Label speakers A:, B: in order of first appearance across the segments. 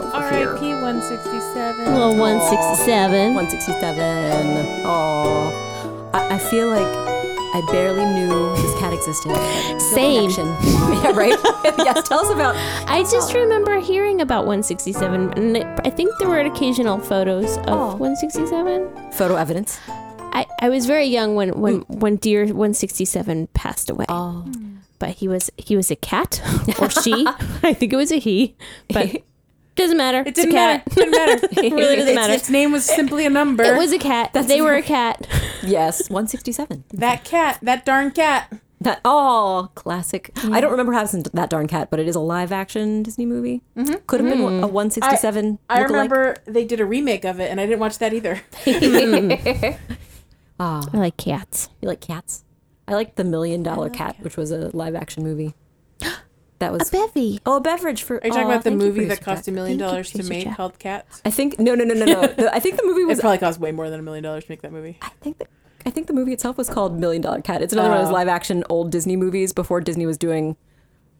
A: P 167.
B: Well, 167.
C: 167. Oh, I, I feel like I barely knew this cat existed. I feel
B: Same.
C: connection. yeah, right? yes, tell us about.
B: I just remember hearing about 167, and it- I think there were occasional photos of
C: Oh.
B: 167.
C: Photo evidence.
B: I, I was very young when, when, when dear 167 passed away.
C: Oh.
B: But he was he was a cat or she. I think it was a he, but doesn't matter.
A: It
B: It's a
A: didn't matter.
B: cat.
A: It didn't matter.
B: It really doesn't
A: Its-
B: matter.
A: Its name was simply a number.
B: It was a cat. they were a cat.
C: Yes, 167.
A: that cat. That darn cat.
C: That, oh, classic. I don't remember how it's in that darn cat, but it is a live action Disney movie. Could have been a 167.
A: I
C: lookalike.
A: remember they did a remake of it, and I didn't watch that either.
B: I like cats.
C: You like cats? I like the Million Dollar Cat, which was a live action movie. That was
B: Bevy.
C: oh, a beverage for.
A: Are you talking about the movie that cost a
C: me?
A: million
B: Thank you,
A: dollars to
B: producer
A: make
B: Jack.
A: called Cats?
C: I think no, no, no, no, no. The- I think the movie
A: It
C: was.
A: probably cost way more than a million dollars to make that movie.
C: I think the, I think the movie itself was called Million Dollar Cat. It's another one of those
A: Oh.
C: live action old Disney movies before Disney was doing,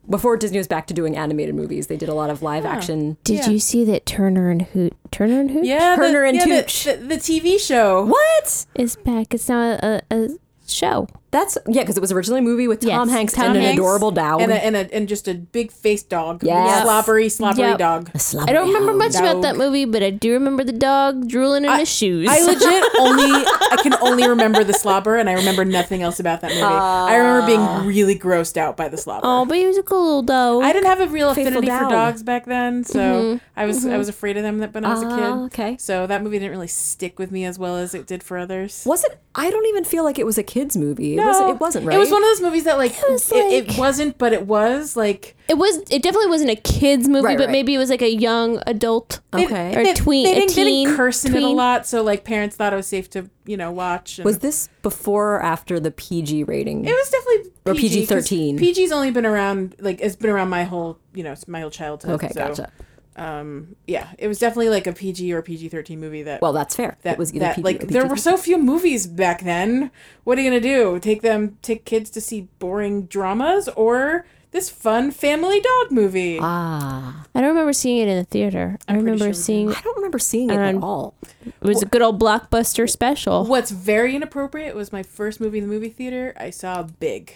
C: before Disney was back to doing animated movies. They did a lot of live action.
B: Did
A: Yeah.
B: you see that Turner and Hoot? Turner and Hoot
A: Yeah, the,
C: Turner and
A: yeah, the-
C: Tooch.
A: The, the, TV show.
C: What?
B: is back. It's now a, a, a show.
C: That's yeah, because it was originally a movie with
B: Yes,
C: Tom Hanks
B: Tom
C: and an
B: Hanks
C: adorable dog.
A: and a, and a and just a big faced dog.
C: Yes.
A: slobbery, slobbery
B: Yep.
A: dog.
B: I don't
C: Oh,
B: remember much about
A: Dog.
B: that movie, but I do remember the dog drooling in his shoes.
A: I legit only I can only remember the slobber, and I remember nothing else about that movie. I remember
B: Ah.
A: being really grossed out by the slobber.
B: oh, but he was a cool little dog.
A: I didn't have a real
C: Faithful
A: affinity
C: Dog.
A: for dogs back then, so I was I was afraid of them that when I was a kid.
C: Ah, okay.
A: So that movie didn't really stick with me as well as it did for others.
C: Was it? I don't even feel like it was a kids movie. It, was,
A: No,
C: it wasn't right.
A: It was one of those movies that like it,
B: was
A: it,
B: like-
A: wasn't, but it was like
B: it was. It definitely wasn't a kids movie,
C: Right,
B: but
C: right.
B: maybe it was like a young adult.
A: they-
C: Okay.
B: Or a
A: They,
B: tween-
A: they
B: a
A: didn't, they didn't
B: teen-
A: curse in it a
B: tween.
A: lot, so like parents thought it was safe to you know watch. and-
C: Was this before or after the PG rating?
A: It was definitely
C: Or
A: PG, 'cause
C: PG-13.
A: PG's only been around like it's been around my whole you know my whole childhood.
C: okay,
A: so,
C: gotcha.
A: Um, yeah, it was definitely like a PG or PG thirteen movie that.
C: Well, that's fair.
A: that
C: it was either
A: that
C: PG
A: like
C: or
A: there
C: PG-13.
A: were so few movies back then. What are you gonna do? Take them take kids to see boring dramas or this fun family dog movie?
C: ah.
B: I don't remember seeing it in the theater. i remember
A: sure we
B: seeing
C: I don't remember seeing it at
B: And-
C: all.
B: it was a good old blockbuster special.
A: What's very inappropriate was my first movie in the movie theater. I saw Big.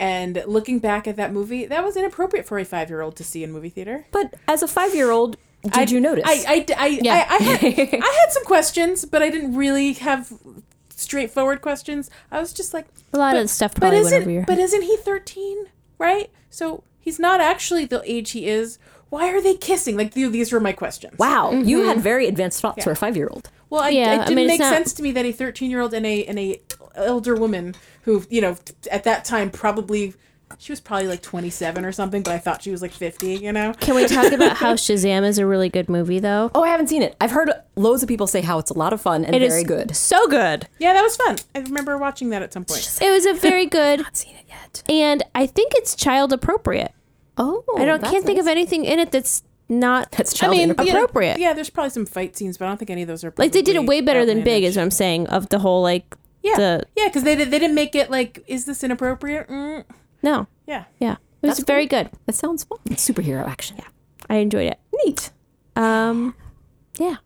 A: And looking back at that movie, that was inappropriate for a five year old to see in movie theater.
C: But as a five-year-old, did
A: I-
C: you notice?
A: I, I, I,
B: Yeah.
A: I, I, had, I had some questions, but I didn't really have straightforward questions. I was just like,
B: A lot of
A: but-
B: the stuff
A: but
B: probably went
A: isn't,
B: over your
A: But
B: head.
A: isn't he 13, right? So he's not actually the age he is. Why are they kissing? Like, th- these were my questions.
C: wow, you
A: Mm-hmm.
C: had very advanced thoughts for a five-year-old.
A: Well, I,
B: Yeah, I
A: it didn't
B: mean, it's
A: make
B: not-
A: sense to me that a 13 year old and a, and a elder woman who, you know, t- at that time probably, she was probably like 27 or something, but I thought she was like 50, you know?
B: Can we talk about how Shazam is a really good movie, though?
C: Oh, I haven't seen it. I've heard loads of people say how it's a lot of fun and
B: It is
C: very good.
B: So good.
A: Yeah, that was fun. I remember watching that at some point.
B: It was a very good,
C: seen it yet.
B: and I think it's child appropriate.
C: Oh,
B: I don't can't think of anything in it that's not
C: That's child
A: yeah,
C: inappropriate.
B: appropriate.
A: Yeah, there's probably some fight scenes, but I don't think any of those are
B: like they did it way better than Big, is
A: outlandish.
B: what I'm saying. Of the whole like
A: yeah,
B: the
A: yeah, because they they didn't make it like is this inappropriate? Mm,
B: no,
A: yeah,
B: yeah, it was
C: That's
B: very good.
C: That sounds fun. Superhero action. Yeah.
B: I enjoyed it.
C: Neat.
B: Um, yeah.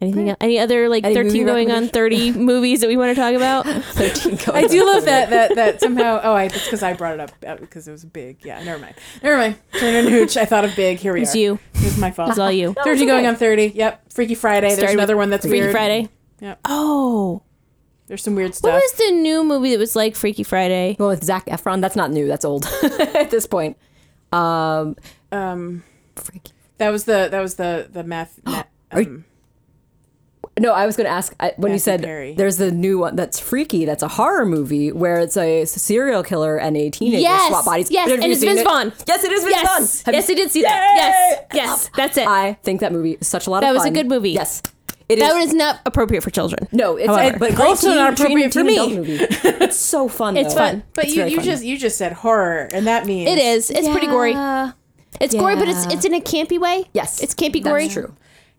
B: Anything? el Any other like
C: Any movie
B: thirteen going on
C: recommendation?
B: thirty movies that we want to talk about?
C: Thirteen.
A: I do love that that that somehow. Oh, I, it's because I brought it up uh, because it was big. Yeah, never mind, never mind. Turner and Hooch. I thought of big. Here we
B: It's
A: are.
B: you.
A: It was my fault.
B: It's all you.
A: Thirty going on thirty. Yep. Freaky Friday. There's
B: Started
A: another
B: with
A: one that's
B: Freaky
A: weird.
B: Friday.
A: Yep.
B: Oh,
A: There's some weird
B: what
A: stuff.
B: was the new movie that was like Freaky Friday?
C: Well, with Zach Efron, that's not new. That's old at this point. Um,
A: um,
C: freak.
A: that was the that was the the math. ma-
C: Are you-
A: um,
C: No, I was going to ask I, when you
A: Matthew
C: said
A: Perry.
C: there's the new one that's freaky. That's a horror movie where it's a serial killer and a teenager
B: Yes,
C: swap bodies.
B: yes,
C: Have
B: and
C: you
B: it's
C: seen
B: Vince
C: it?
B: Vaughn.
C: Yes, it is Vince Vaughn.
B: Yes,
C: Have you
B: yes, I
C: seen-
B: did see that. Yes, yes, that's it.
C: I think that movie is such a lot
B: That
C: of
B: was
C: fun.
B: a good movie.
C: Yes, it is.
B: that was not appropriate for children.
C: no, it's
B: However.
C: but great
A: Also not
C: teen-
A: appropriate
C: teen
A: for me.
C: adult Movie. It's so fun.
B: It's
C: though.
B: fun.
A: but
C: It's
A: you
C: very
A: you
C: fun.
A: just you just said horror, and that means
B: It is. It's pretty gory.
C: Yeah.
B: It's gory, but it's
C: Yeah.
B: it's in a campy way.
C: Yes,
B: it's campy gory.
C: That's true.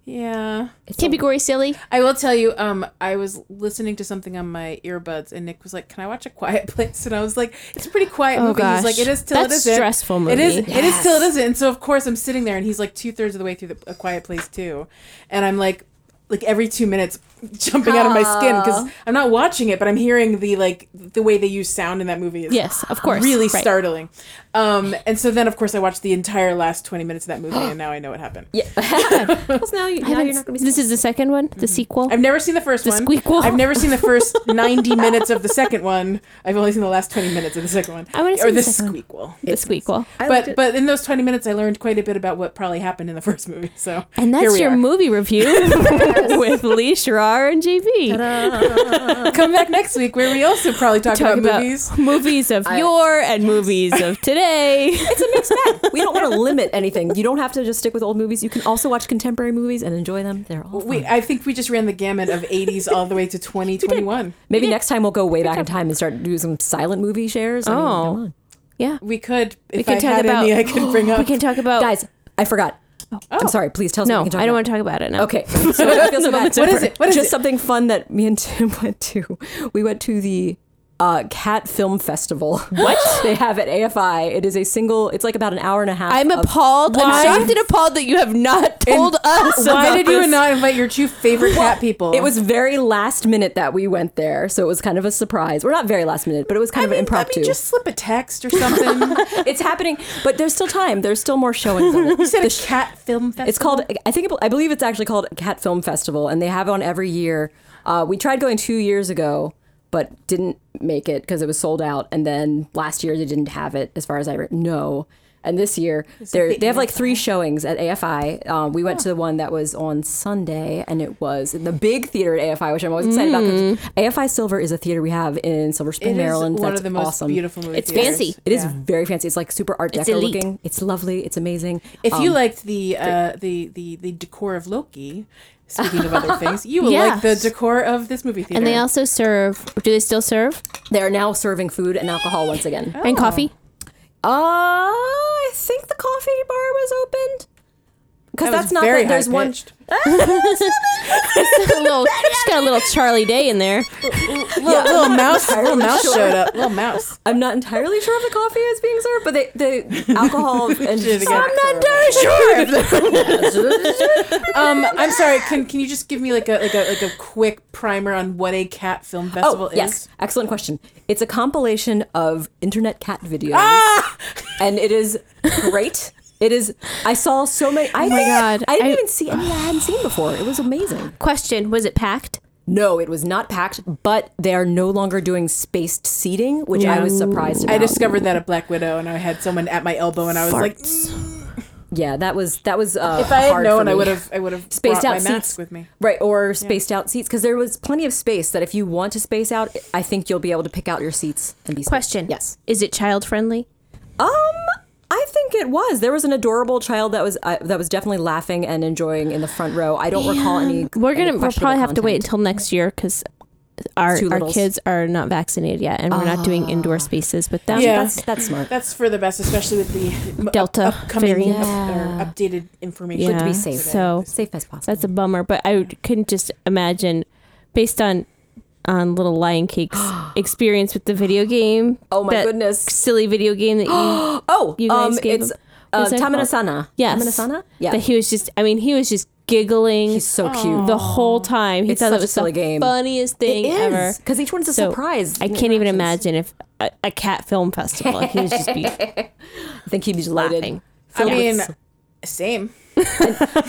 A: Yeah.
B: Can't be gory, silly.
A: I will tell you, um, I was listening to something on my earbuds, and Nick was like, "Can I watch a Quiet Place?" And I was like, "It's a pretty quiet movie." He's like,
B: Oh, gosh.
A: "It is till
B: That's
A: it isn't."
B: stressful
A: It is.
B: movie.
A: It is till it isn't. And so of course I'm sitting there, and he's like two thirds of the way through the a Quiet Place too, and I'm like, like every two minutes, jumping out of my skin because I'm not watching it, but I'm hearing the like the way they use sound in that movie. Is
B: Yes, of course.
A: Really
B: Right.
A: startling. Um, and so then of course I watched the entire last 20 minutes of that movie, and now I know what happened.
C: Yeah. Because now,
B: I
C: you, now
B: haven't-
C: you're not going to be.
B: this is the second one, the sequel.
A: I've never seen the first
B: The
A: one.
B: squeakquel.
A: I've never seen the first 90 minutes of the second one. I've only seen the last 20 minutes of the second one.
B: I wanna see
A: or
B: the
A: the
B: second one.
A: squeakquel.
B: the sequel.
A: But but in those 20 minutes I learned quite a bit about what probably happened in the first movie. So
B: And
A: here
B: that's
A: we
B: your
A: are.
B: movie review with Lee Sharar and JB.
A: Come back next week where we also probably talk,
B: Talk
A: about,
B: about
A: movies.
B: movies of yore and movies of today.
C: we don't want to limit anything. You don't have to just stick with old movies. You can also watch contemporary movies and enjoy them. They're all fun.
A: We, I think we just ran the gamut of 80s all the way to 2021.
C: Maybe next time we'll go way back in time and start doing some silent movie shares. I mean,
B: Oh.
C: come on.
B: Yeah.
A: We could, if
B: We can
A: I
B: talk
A: had
B: about
A: any, I could bring
B: We
A: up.
B: can talk about
C: guys, I forgot. I'm sorry. Please tell us.
B: No,
C: what we can talk
B: I don't
C: about.
B: want to talk about it now.
C: Okay. So I feel so bad.
A: What is it? What is
C: Just
A: it?
C: something fun that me and Tim went to. We went to the uh, Cat Film Festival. What? they have at AFI. It is a single, it's like about an hour and a half.
B: I'm
C: of-
B: appalled.
A: Why?
B: I'm shocked and appalled that you have not told us.
A: Why
B: about
A: did you
B: this.
A: not invite your two favorite cat people?
C: It was very last minute that we went there. So it was kind of a surprise. We're not very last minute, but it was kind
A: I
C: of
A: mean, I
C: impromptu.
A: mean, just slip a text or something.
C: It's happening, but there's still time. There's still more showings. of it.
A: you said a cat film festival.
C: It's called. I think. It, I believe it's actually called Cat Film Festival, and they have it on every year. Uh, we tried going two years ago, but didn't make it because it was sold out. And then last year they didn't have it, as far as I re- know. And this year they
A: the
C: they have like three showings at AFI. Um, we went to the one that was on Sunday, and it was in the big theater at AFI, which I'm always excited about. 'cause AFI Silver is a theater we have in Silver Spring,
A: Mm. It is
C: Maryland.
A: one
C: That's
A: of the most
C: awesome.
A: beautiful movie
B: It's
A: theaters.
B: fancy.
C: It is
A: Yeah.
C: very fancy. It's like super art deco
B: elite.
C: looking. It's lovely. It's amazing.
A: If you
C: Um,
A: liked the uh, the the the decor of Loki, speaking of other things, you will like the
B: Yes.
A: decor of this movie theater.
B: And they also serve. Do they still serve?
C: they are now serving food and alcohol once again.
B: And coffee.
C: Uh, I think the coffee bar was opened. Because
A: That was
C: that's not
A: very
C: that there's one.
A: high-pitched.
B: Just a little, just got a little Charlie Day in there.
A: little, little mouse, little mouse showed up. Little mouse.
C: I'm not entirely sure if the coffee is being served, but they, the alcohol and
A: Did it again.
C: very sure.
A: Um, I'm sorry. Can can you just give me like a like a like a quick primer on what a cat film festival
C: oh
A: is?
C: yes, excellent question. It's a compilation of internet cat videos,
A: Ah!
C: and it is great. It is. I saw so many. I oh
B: my God.
C: I didn't
B: I-
C: even see any I hadn't seen before. It was amazing.
B: Question: Was it packed?
C: No, it was not packed, but they are no longer doing spaced seating, which I was surprised about.
A: I discovered that at Black Widow, and I had someone at my elbow, and I was like, "Mm,
C: yeah, that was that was. Uh,
A: if I had
C: hard for
A: known, I
C: me.
A: would have I would have
C: spaced
A: brought
C: out
A: my
C: seats
A: mask with me.
C: right or spaced out seats because there was plenty of space that if you want to space out, I think you'll be able to pick out your seats and be. spaced.
B: Question:
C: Yes.
B: Is it child friendly?
C: Um, I think it was. There was an adorable child that was uh, that was definitely laughing and enjoying in the front row. I don't recall any.
B: We're
C: any
B: gonna. We'll
C: questionable
B: probably have to wait
C: content.
B: until next year because our
C: Two
B: our
C: littles.
B: kids are not vaccinated yet, and we're not doing indoor spaces with them.
A: Yeah.
C: Ah. That's that's smart.
A: That's for the best, especially with the m-
B: Delta
A: up- upcoming
B: variant.
A: up, or updated information.
B: Yeah.
C: Good to be safe.
B: So-
C: safe as possible.
B: That's a bummer, but I would- couldn't just imagine, based on on Little Lion Cake's experience with the video game.
C: Oh my
B: that
C: goodness.
B: Silly video game that you.
C: oh,
B: You guys
C: um,
B: gave
C: it's
B: him-
C: uh,
B: What's that called?
C: Tamanasana.
B: Yes.
C: Tamanasana. Yeah, Oh.
B: That he was just. I mean, he was just giggling.
C: he's so cute.
B: the whole time. He
C: It's
B: thought
C: such
B: that
C: a
B: was
C: silly
B: the
C: game.
B: funniest thing ever.
C: because each one's a
B: So,
C: surprise.
B: I can't even imagine if a, a cat film festival. He was just be
C: I think he'd be delighted.
B: laughing.
A: I
B: Yeah.
A: mean, same.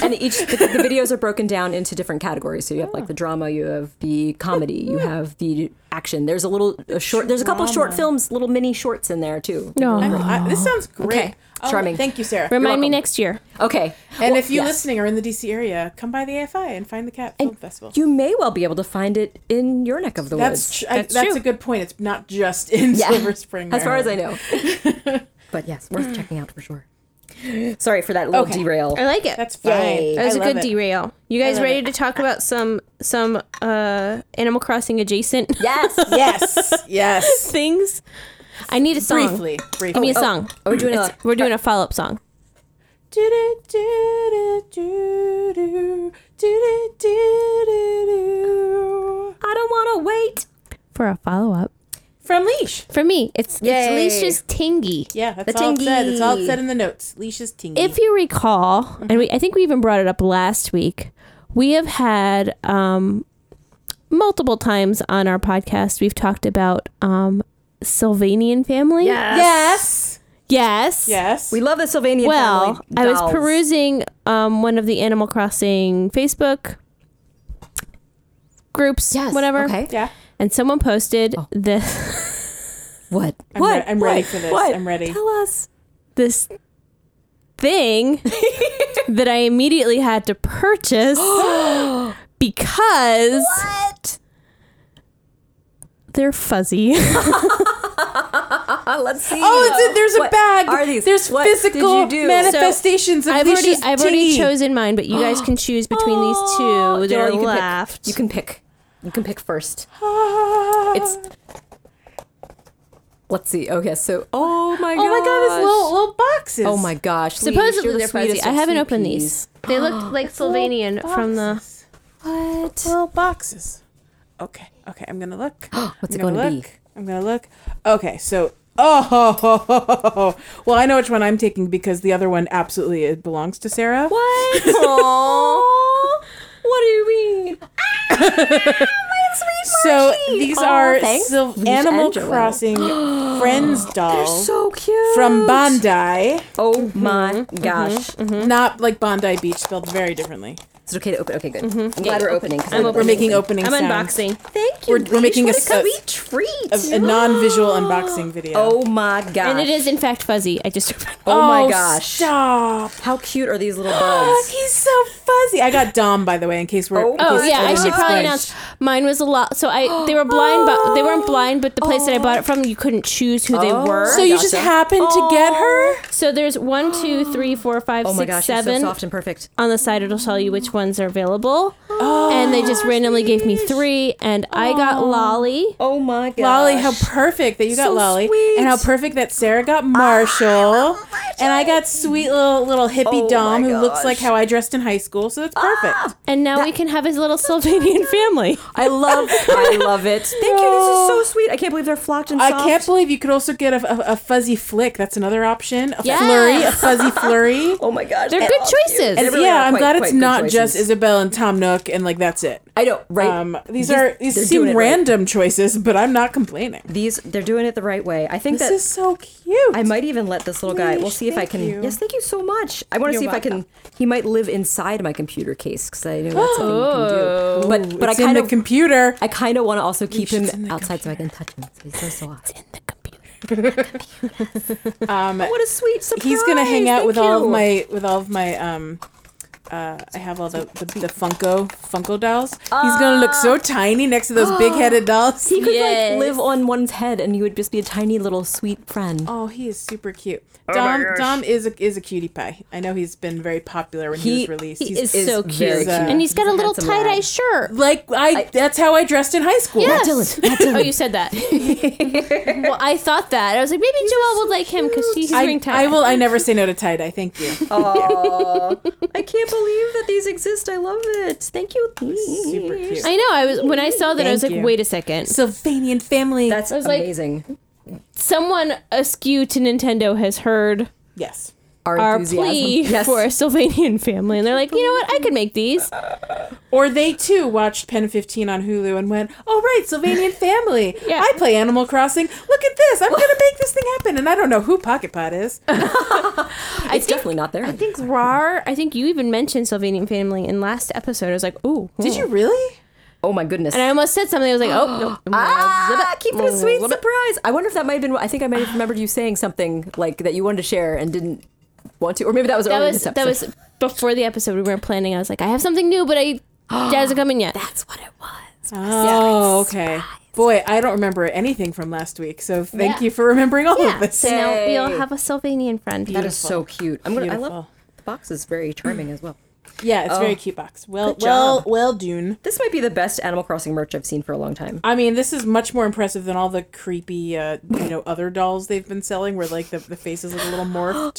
C: and each the, the videos are broken down into different categories. So you have like the drama, you have the comedy, you have the action. There's a little a short. There's a couple of short films, little mini shorts in there too.
A: I'm-
B: no.
A: I, this sounds great.
C: Okay.
A: I'll-
C: Charming.
A: Thank you, Sarah.
B: Remind me
C: welcome.
B: next year.
C: Okay,
A: and if you
C: yes.
A: listening are in the DC area, come by the AFI and find the Cat Film Festival.
C: you may well be able to find it in your neck of the
A: that's
C: woods.
A: tr- I- that's,
B: That's true.
A: a good point. It's not just in Silver Spring.
C: as far as I
A: Maryland.
C: know. but yes, worth checking out for sure. Sorry for that little
A: Okay.
C: derail.
B: I like it.
A: that's fine.
B: That was
A: a
B: a good derail. You guys
A: love
B: ready
A: it.
B: to talk about some some uh Animal Crossing adjacent
C: Yes.
A: Yes, yes.
B: things? I need a song.
A: briefly, Oh, briefly.
B: Give me a song.
C: Are we Oh, doing a-
B: It's- we're doing a follow up song.
A: Do-do-do-do-do-do. do do do do do.
C: I don't want to wait.
B: for a follow up.
A: From leash.
B: For me, it's
C: Yay.
B: it's Leash's Tingy.
A: Yeah, that's
C: The
A: all it said. That's all it
C: tingy.
A: said in the notes. Leash is tingy.
B: If you recall, and we, I think we even brought it up last week, we have had um, multiple times on our podcast we've talked about um, Sylvanian family.
A: yes,
B: Yes.
A: yes.
C: We love the Sylvanian
B: Well,
C: family.
B: I was
C: dolls.
B: perusing um, one of the Animal Crossing Facebook groups,
C: Yes.
B: whatever,
C: Okay. Oh.
A: yeah.
B: and someone posted this
C: What?
A: I'm
C: what?
A: re- I'm
C: What?
A: ready for this.
C: What?
A: I'm ready.
C: Tell us.
B: this thing that I immediately had to purchase because
C: What?
B: they're fuzzy.
C: Uh, let's see.
A: Oh, it's a, there's a
C: What
A: bag.
C: are these?
A: There's
C: What did
A: physical
C: you do?
A: manifestations of
B: I've
A: leashes.
B: already I've already
A: tingy.
B: chosen mine, but you guys can choose between these two that
C: Daryl,
B: are
C: you can pick.
B: left.
C: You can pick. You can pick first.
A: Ah.
C: It's. Let's see. Okay, so oh my god!
A: oh my god, this little little boxes.
C: Oh my gosh!
B: Supposedly they're
C: Leash, you're the
B: fuzzy.
C: sweetest
B: I
C: of
B: haven't
C: sweet
B: opened
C: peas.
B: these. They looked like Sylvanian from the.
A: Boxes.
C: Oh, What?
A: little boxes. Okay, okay, I'm gonna look.
C: What's it
A: I'm gonna
C: gonna be?
A: look. I'm gonna look. Okay, so oh, ho, ho, ho, ho, ho. well, I know which one I'm taking because the other one absolutely it belongs to Sarah.
C: What? Aww. what do you mean? Ah,
A: So these
C: Aw,
A: are
C: thanks,
A: Syl-
C: Leash
A: Animal
C: and Joelle.
A: Crossing Friends dolls
C: So cute.
A: from Bondi,
C: Oh my gosh.
A: not like Bondi Beach, spelled very differently.
C: Is it okay to Mm-hmm. open? Okay, good. I'm glad we're opening. 'cause
B: I'm
C: I-
A: We're making opening.
B: I'm
A: sounds.
B: unboxing.
C: Thank
A: We're- we're
C: Leash.
A: making
C: What
A: a s-
C: sweet treat.
A: a, a non-visual unboxing video.
C: oh my gosh.
B: And it is in fact fuzzy. I just
C: Oh my gosh. Um,
A: Stop.
C: How cute are these little
A: Look,
C: bugs?
A: he's so fuzzy. I got Dom, by the way, in case we're.
C: Oh.
A: in
B: Oh
A: case
B: yeah, I should
A: everyone's
B: probably
A: like-
B: announce. Mine was a lot. So I they were blind, but they weren't blind. But the place that I bought it from, you couldn't choose who they were.
A: So
B: Oh. So,
A: you
C: Gotcha.
A: just happened to get her?
B: there's one, two, three, four, five,
C: Oh my
B: six,
C: gosh,
B: seven.
C: it's so soft and perfect.
B: on the side, it'll tell you which ones are available. and they just randomly gave me three, and I got Lolly.
C: Oh my gosh.
A: Lolly, how perfect that you got
C: So
A: Lolly,
C: sweet. Ah,
A: and how perfect that Sarah got Marshall, and I got sweet little little hippie
C: Oh
A: Dom
C: my
A: who looks like
C: gosh. Ah,
A: how I dressed in high school. So it's perfect.
B: And now we can have his little Sylvanian family.
C: I love I love it. Thank you. This is so sweet. I can't believe they're flocked and
A: I
C: soft.
A: can't believe you could also get a, a, a fuzzy flick. That's another option. A
B: Yes.
A: flurry, a fuzzy flurry.
C: Oh my gosh.
B: They're
C: and-
B: good
C: oh, cute.
B: choices.
C: They
B: And
C: really
A: yeah,
C: are
A: I'm
C: quite-
A: glad
C: quite
A: it's
C: good
A: not
C: choices.
A: just Isabel and Tom Nook, and like that's it.
C: I know, right?
A: Um, these, are these
C: they're
A: seem
C: doing it right.
A: random choices, but I'm not complaining.
C: These they're doing it the right way. I think
A: This
C: that
A: is so cute.
C: I might even let this little guy. We'll
A: Leash,
C: see if I
A: thank
C: can.
A: you.
C: Yes, thank you so much. I want to
A: You're
C: see if I can. He might live inside my computer case because I know that's something you can do. But but I
A: it's in
C: kind
A: the
C: of
A: computer.
C: I kind of want to also
A: it's
C: keep
A: in
C: him
A: the
C: outside so I can touch him. So he's so soft.
B: In the computer.
A: Um,
C: What a sweet surprise!
A: he's gonna hang out
C: Thank
A: with all
C: you.
A: of my with all of my um uh, I have all the, the, the Funko Funko dolls. He's gonna look so tiny next to those big headed dolls.
C: He could
B: Yes.
C: like live on one's head, and he would just be a tiny little sweet friend.
A: Oh, he is super cute. Dom Dom is a, is a cutie pie. I know he's been very popular when he, was released.
B: He
A: He's
B: is
C: is
B: so
C: very
B: cute.
C: cute.
B: And he's got
C: He's
B: a
C: a
B: little
C: handsome
B: tie dye
C: lad.
B: shirt.
A: like I, that's how I dressed in high school.
B: Yes.
C: Dylan, not
B: Oh, you said that. well, I thought that. I was like, maybe Joelle would like him because he's
A: I,
B: wearing tie.
A: I will I never say no to tie dye. Thank you.
C: I can't believe that these exist. I love it. Thank you.
A: Super cute.
B: I know. I was when I saw that, I was like,
A: Thank you.
B: wait a second.
A: Sylvanian family.
C: That's
B: was like-
C: amazing.
B: Someone askew to Nintendo has heard
A: yes.
B: our plea for a Sylvanian family, and they're like, you know what? I could make these.
A: Or they too watched Pen 15 on Hulu and went, "Oh right, Sylvanian Family.
B: Yeah.
A: I play Animal Crossing. Look at this. I'm gonna make this thing happen." And I don't know who Pocket Pot is.
B: Oh.
C: It's definitely not there.
B: I think Rar. I think you even mentioned Sylvanian family in last episode. I was like, ooh,
A: Did you really?
C: oh my goodness.
B: And I almost said something. I was like, oh no.
C: Ah, keep it a sweet surprise. I wonder if that might have been. I think I might have remembered you saying something like that you wanted to share and didn't want to, or maybe that was
B: That
C: earlier in
B: was
C: this
B: that was before the episode we were planning. I was like, I have something new, but I that hasn't come in yet.
C: That's what it was.
A: Oh, okay. Boy, I don't remember anything from last week. So thank
B: Yeah.
A: you for remembering all of this.
B: So now we all
C: Yay.
B: have a Sylvanian friend.
C: That is so cute. I'm gonna. I
A: Beautiful.
C: love the box is very charming as well.
A: Yeah, it's a very cute box. Well, well, well, Dune.
C: This might be the best Animal Crossing merch I've seen for a long time.
A: I mean, this is much more impressive than all the creepy, uh, you know, other dolls they've been selling, where like the, the faces look a little morphed.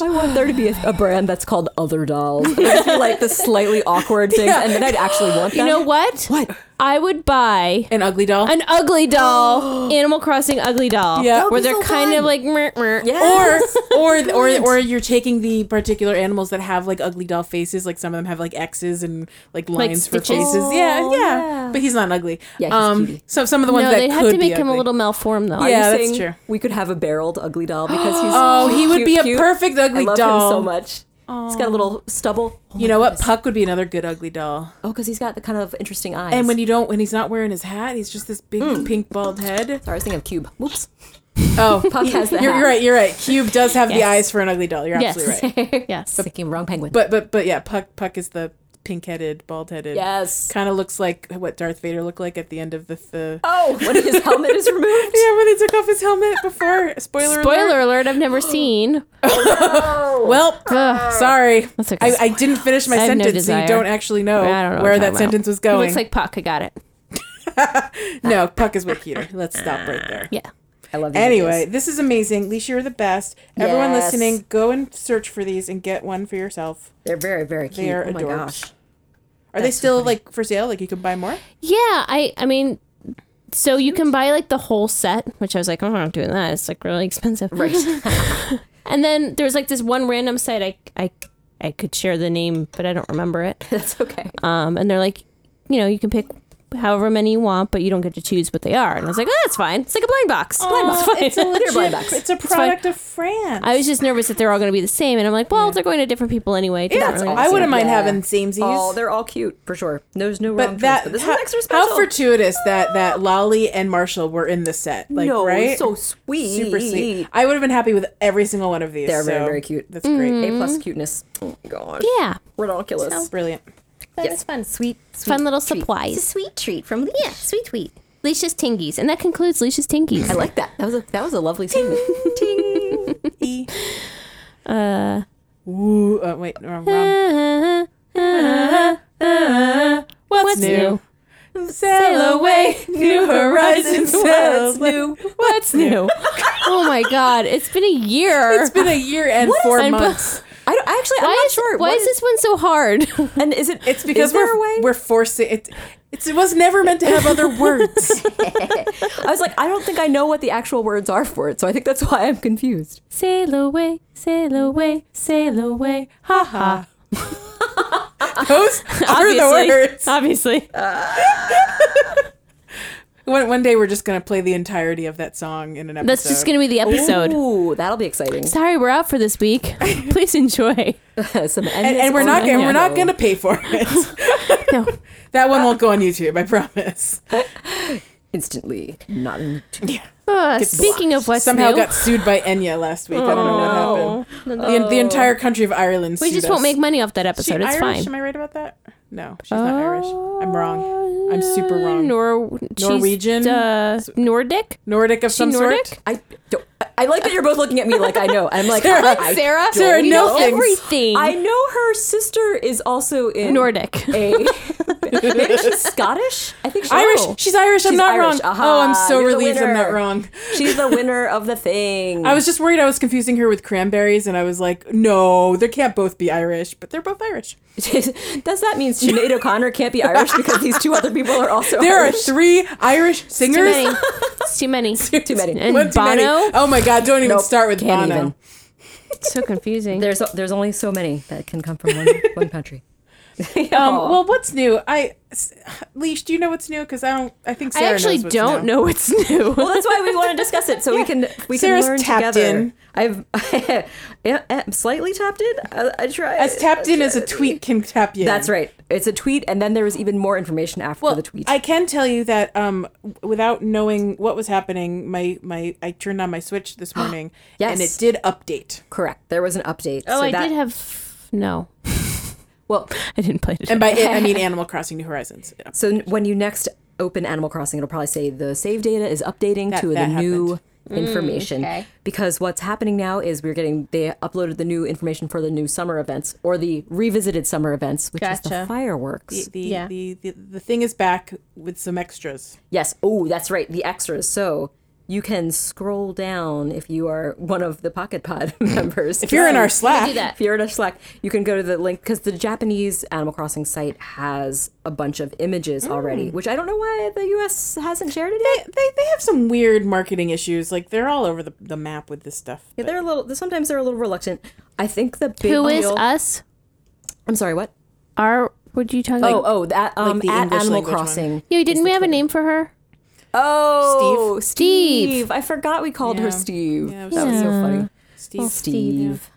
C: I want there to be a, a brand that's called Other Dolls. I feel like the slightly awkward things, and then I'd actually want
B: You know what? What? I would buy
A: An ugly doll.
B: an ugly doll, Animal Crossing ugly doll.
A: Yeah. That would
B: Where
A: be
B: they're
C: so
B: kind
C: fun.
B: of like, mer, mer.
C: Yeah.
A: or or or or you're taking the particular animals that have like ugly doll faces. Like some of them have like X's and like lines for
B: stitches.
A: faces. yeah,
C: Oh,
A: yeah,
C: yeah.
A: But he's not ugly.
C: Yeah, he's
A: um,
C: cutie.
A: so some of the ones
B: No,
A: that
B: they'd have
A: could
B: to
A: be
B: make him a
A: ugly.
B: little malformed though.
A: Yeah, that's
C: saying
A: true.
C: We could have a barreled ugly doll because he's
A: Oh, he would
C: cute,
A: be a
C: cute.
A: perfect ugly
C: I love
A: doll.
C: him so much. He's got a little stubble.
A: You know what? Puck would be another good ugly doll.
C: Oh, because he's got the kind of interesting eyes.
A: And when you don't, when he's not wearing his hat, he's just this big
C: Hmm.
A: pink bald head.
C: Sorry, I was thinking of Cube. Whoops.
A: Oh,
C: Puck has the
A: you're,
C: hat.
A: you're right. You're right. Cube does have the
B: Yes.
A: eyes for an ugly doll. You're absolutely
B: Yes.
A: right.
B: yes.
C: Thinking wrong penguin.
A: But but but yeah, Puck Puck is the pink-headed, bald-headed.
C: yes.
A: Kind of looks like what Darth Vader looked like at the end of the. the
C: Oh, when his helmet is removed.
A: Yeah, when they took off his helmet before. Spoiler.
B: Spoiler alert, I've never seen.
A: Well,
B: Ugh.
A: sorry.
B: That's okay.
A: I, I didn't finish my
B: I have no
A: sentence, so you
B: desire.
A: don't actually know,
B: I don't know what
A: where
B: I'm
A: that
B: talking
A: sentence
B: about.
A: was
B: It
A: going.
B: looks like Puck. I got it.
A: no, Puck is way cuter. Let's stop right there.
B: Yeah.
C: I love these
A: Anyway, this is amazing. Leisha, you're the best. Everyone
C: Yes.
A: listening, go and search for these and get one for yourself.
C: videos. they're very, very cute.
A: They are
C: oh my
A: adorbs.
C: gosh.
A: Are they still like for sale? Like you can buy more?
B: Yeah, I I mean so you can buy like the whole set, which I was like, oh, I'm not doing that. It's like really expensive.
C: Right.
B: And then there was like this one random site I I I could share the name, but I don't remember it.
C: That's okay.
B: Um, and they're like, you know, you can pick however many you want, but you don't get to choose what they are. And I was like, oh, that's fine. It's like a blind box. blind box.
A: Aw, it's a
B: fine.
A: legit-
C: blind box.
A: It's a product of France.
B: I was just nervous that they're all going to be the same, and I'm like, well, they're going to different people anyway. It doesn't
C: That's
B: really
A: I wouldn't mind
C: Yeah.
A: having samesies.
C: Oh, they're all cute for sure. There's no wrong
A: but that
C: choice, but this
A: how,
C: is extra special.
A: how fortuitous that that Lolly and Marshall were in the set. Like
C: no,
A: right?
C: so sweet.
A: super sweet. I would have been happy with every single one of these.
C: They're very,
A: so
C: very cute. Mm.
A: That's great.
C: A plus cuteness. Oh my gosh.
B: Mm-hmm. Yeah.
C: Redonkulous.
A: Brilliant.
D: That was fun. Sweet, sweet
B: Fun little
D: treat.
B: supplies.
D: It's a sweet treat from yeah, sweet tweet.
B: Leisha's Tingies. And that concludes Leisha's Tingies.
C: I like that. That was a that was a lovely scene.
A: E. Uh. Ooh. Uh, wait. Wrong.
C: Hmm,
A: wrong.
B: What's,
A: new?
B: new?
A: Sail away, new horizons. What's new?
B: What's new? oh my god, it's been a year.
A: It's been a year and four
B: and-
A: months.
C: I don't, actually I'm
B: why
C: not
B: is,
C: sure.
B: why
C: What
B: is this one so hard?
C: And is it?
A: It's because
C: is there
A: we're
C: a way?
A: we're forcing it. It's, it was never meant to have other words.
C: I was like, I don't think I know what the actual words are for it, so I think that's why I'm confused.
B: Sail away, sail away, sail away. Ha ha.
A: Those are the words.
B: Obviously.
A: One, one day we're just gonna play the entirety of that song in an episode.
B: That's just going to be the episode.
C: Ooh, that'll be exciting.
B: Sorry, we're out for this week. Please enjoy.
C: Some
A: and, and we're not and we're not gonna pay for it.
B: No.
A: that one won't go on YouTube. I promise.
C: instantly not. In-
B: Uh, speaking of what's
A: Somehow
B: new,
A: got sued by Enya last week. I don't know what happened. The, the entire country of Ireland.
B: we
A: sued
B: just won't
A: us.
B: make money off that
A: Is she
B: episode. it's
A: Irish? Am
B: fine.
A: I right about that? No, she's not Irish. I'm wrong. I'm super wrong.
B: Uh, Nor- she's,
A: Norwegian?
B: uh, Nordic.
A: Nordic of
B: She
A: some
B: Nordic?
A: sort.
C: I don't. I like that you're both looking at me like I know. I'm like I,
B: Sarah,
A: Sarah,
B: you
A: no
B: know
A: things.
B: everything.
C: I know her sister is also in
B: Nordic.
C: A, maybe she's Scottish. I think she's
A: Irish. She's Irish. I'm
C: She's
A: not wrong.
C: Irish. Aha,
A: Oh, I'm so
C: you're the
A: relieved I'm not
C: winner.
A: wrong.
C: She's the winner of the thing.
A: I was just worried I was confusing her with cranberries, and I was like, no, they can't both be Irish, but they're both Irish.
C: Does that mean Sinead O'Connor can't be Irish because these two other people are also
A: There are
C: Irish?
A: three Irish
B: It's too
A: singers.
B: many. It's too many.
C: too many.
B: And
A: One too many.
B: Bono.
A: Oh my God! Don't even
C: Nope,
A: start with
C: can't
A: Bono.
C: even.
B: It's so confusing.
C: There's there's only so many that can come from one, one country.
A: Um, well, what's new? I, S- Leash, do you know what's new? Because I don't. I think Sarah
B: I actually
A: knows what's
B: don't
A: new.
B: know what's new.
C: Well, that's why we want to discuss it so we can we
A: Sarah's
C: can learn
A: tapped
C: together.
A: in.
C: I've yeah, I'm slightly tapped in. I, I try
A: As tapped in as a tweet can tap you. in.
C: That's right. It's a tweet, and then there was even more information after the tweet.
A: I can tell you that um, w- without knowing what was happening, my my I turned on my Switch this morning,
C: Yes.
A: and it did update.
C: Correct. There was an update.
B: oh,
C: so
B: I
C: that,
B: did have no.
C: Well,
B: I didn't play it.
A: And by it, I mean Animal Crossing New Horizons.
C: so n- when you next open Animal Crossing, it'll probably say the save data is updating
A: That-
C: to the
A: that
C: new
A: happened. Mm,
C: information
D: okay.
C: because what's happening now is we're getting they uploaded the new information for the new summer events or the revisited summer events, which is the
D: Gotcha.
C: fireworks.
A: The, the,
D: Yeah.
A: the, the, the thing is back with some extras.
C: Yes. Oh, that's right. The extras. So you can scroll down if you are one of the Pocket Pod members.
A: If you're in our
D: do
A: Slack,
D: that.
C: If you're in our Slack, you can go to the link because the Japanese Animal Crossing site has a bunch of images already, which I don't know why the U.S. hasn't shared it
A: Hmm. they,
C: yet.
A: they, they have some weird marketing issues. Like they're all over the, the map with this stuff.
C: Yeah, they're a little. Sometimes they're a little reluctant. I think the big
B: Who is
C: deal-
B: us?
C: I'm sorry. What?
B: Our what are you talking
C: oh,
B: about?
C: oh, that um,
A: the
C: at
A: English
C: Animal
A: language one.
C: Crossing.
B: Yeah, didn't we have a name for her?
C: Oh,
B: Steve.
C: Steve. I forgot we called
A: Yeah.
C: her Steve.
A: Yeah, it
C: that
A: was
C: was so
B: Steve.
C: funny.
A: Steve.
C: Steve.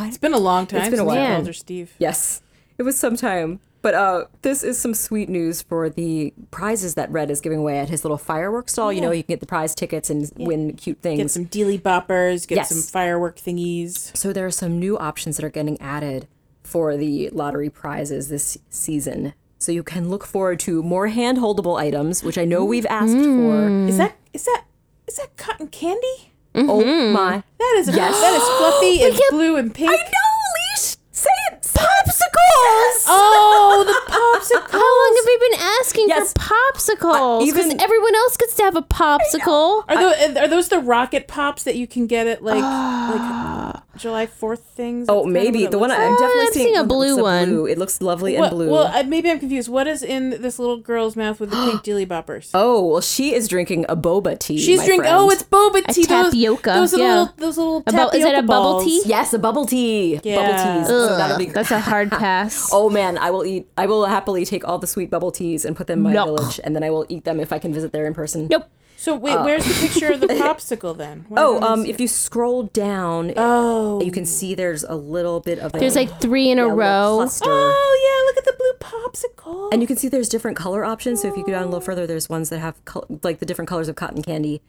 A: It's been a long time
C: been a
A: since I
C: while.
A: called her Steve.
C: Yes, it was some time. But uh, this is some sweet news for the prizes that Red is giving away at his little fireworks stall. You know, you can get the prize tickets and win cute
A: Get
C: things.
A: some dealy boppers. Get
C: Yes.
A: some firework thingies.
C: so there are some new options that are getting added for the lottery prizes this season. So you can look forward to more hand-holdable items, which I know we've asked for.
A: Mm. Is that is that is that cotton candy?
C: Oh my!
A: That is that is fluffy and blue and pink.
C: Leash! Say it! Popsicles!
A: Oh, the popsicle.
B: How long have we been asking
C: Yes.
B: for popsicles?
C: Uh,
B: Because
C: even-
B: everyone else gets to have a popsicle.
A: Are those are those the rocket pops that you can get at like like July Fourth things? That's
C: Ah. Oh,
A: kinda
C: maybe
A: what it
C: the one
A: looks
C: I'm
A: like.
C: definitely
B: I'm seeing a
C: one that looks
B: blue
C: like
B: one.
C: blue. It looks lovely
A: What-
C: and blue.
A: Well, I, maybe I'm confused. What is in this little girl's mouth with the pink dilly boppers?
C: Oh well, she is drinking a boba tea.
A: She's
C: my
A: drinking.
C: friend.
A: Oh, it's boba tea. Those-
B: tapioca,
A: Those,
B: yeah.
A: little those little
B: A bo-
A: tapioca
B: is that a bubble
A: balls.
B: tea?
C: yes, a bubble tea.
A: Yeah.
C: Bubble teas. So
B: Ugh,
C: that'll be.
B: that's a hard pass.
C: Oh man, I will eat. I will happily take all the sweet bubble teas and put them in my
B: Yuck.
C: village, and then I will eat them if I can visit there in person.
B: Nope.
A: So wait, where's the picture of the popsicle then? Why
C: Uh, Oh,
A: don't I
C: um,
A: see
C: if you scroll down,
A: Oh.
C: you can see there's a little bit of.
B: There's like three in a row.
A: Oh yeah, look at the blue popsicle.
C: And you can see there's different color options. So if you go down a little further, there's ones that have col- like the different colors of cotton candy.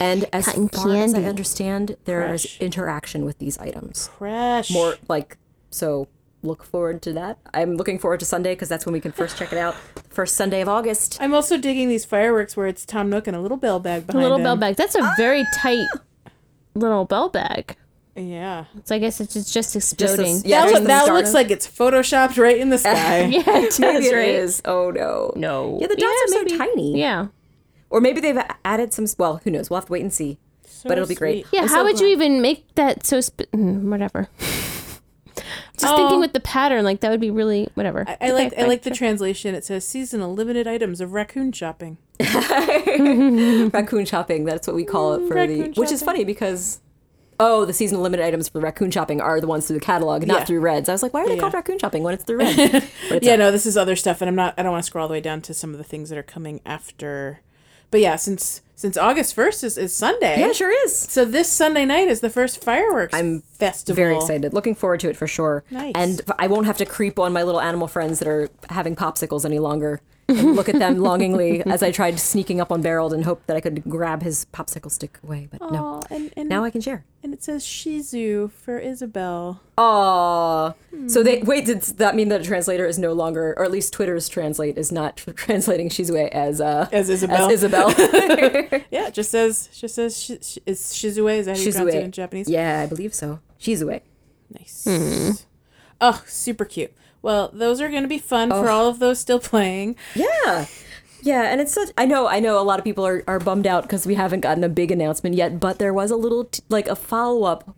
C: and as
B: Cotton
C: far as I
B: candy.
C: understand, there's interaction with these items.
A: fresh.
C: More like so. Look forward to that. I'm looking forward to Sunday because that's when we can first check it out. First Sunday of August.
A: I'm also digging these fireworks where it's Tom Nook and a little bell bag behind
B: little
A: him.
B: bell bag. That's a very tight little bell bag.
A: Yeah.
B: So I guess it's just, just
C: Just
B: exploding.
C: this- yeah,
A: that
C: just
A: loo- that
C: some
A: looks
C: stardust.
A: like it's photoshopped right in the sky.
B: yeah, it
C: Maybe
B: does,
C: it
B: right?
C: is. Oh no.
B: No.
C: Yeah, the dots
B: Yeah,
C: are so tiny.
B: Yeah.
C: Or maybe they've a- added some. Well, who knows? We'll have to wait and see. but it'll be great.
B: Yeah,
C: I'm
B: how
C: so
B: would
C: glad-
B: you even make that so sp- mm, whatever. Just thinking with the pattern like that would be really whatever.
A: I, I like I like the translation. It says seasonal limited items of raccoon shopping.
C: raccoon shopping. That's what we call it for the.
A: raccoon
C: Which is funny because, oh, the seasonal limited items for the raccoon shopping are the ones through the catalog, not
A: Yeah.
C: through Reds. I was like, why are they called raccoon shopping when it's through Reds? But it's
A: Yeah, no, this is other stuff, and I'm not. I don't want to scroll all the way down to some of the things that are coming after. But yeah, since since August first is, is Sunday.
C: like, yeah, sure is.
A: So this Sunday night is the first fireworks.
C: I'm
A: festival.
C: Very excited. Looking forward to it for sure.
A: Nice.
C: And I won't have to creep on my little animal friends that are having popsicles any longer. And look at them longingly as I tried sneaking up on Barold and hoped that I could grab his popsicle stick away. But no.
A: Aw, and and,
C: Now I can share.
A: and it says Shizu for Isabel.
C: Aww. So
A: Hmm.
C: they wait. Did that mean that a translator is no longer, or at least Twitter's translate is not tr- translating Shizue as uh,
A: As Isabel.
C: As Isabel.
A: Yeah, it just says just says sh- sh- is Shizue. Is that how you pronounce it in Japanese?
C: Yeah, I believe so. Shizue.
A: Nice. Oh, super cute. Well, those are going to be fun for all of those still playing.
C: Yeah. Yeah, and it's such. I know, I know. A lot of people are, are bummed out because we haven't gotten a big announcement yet. But there was a little, t- like a follow up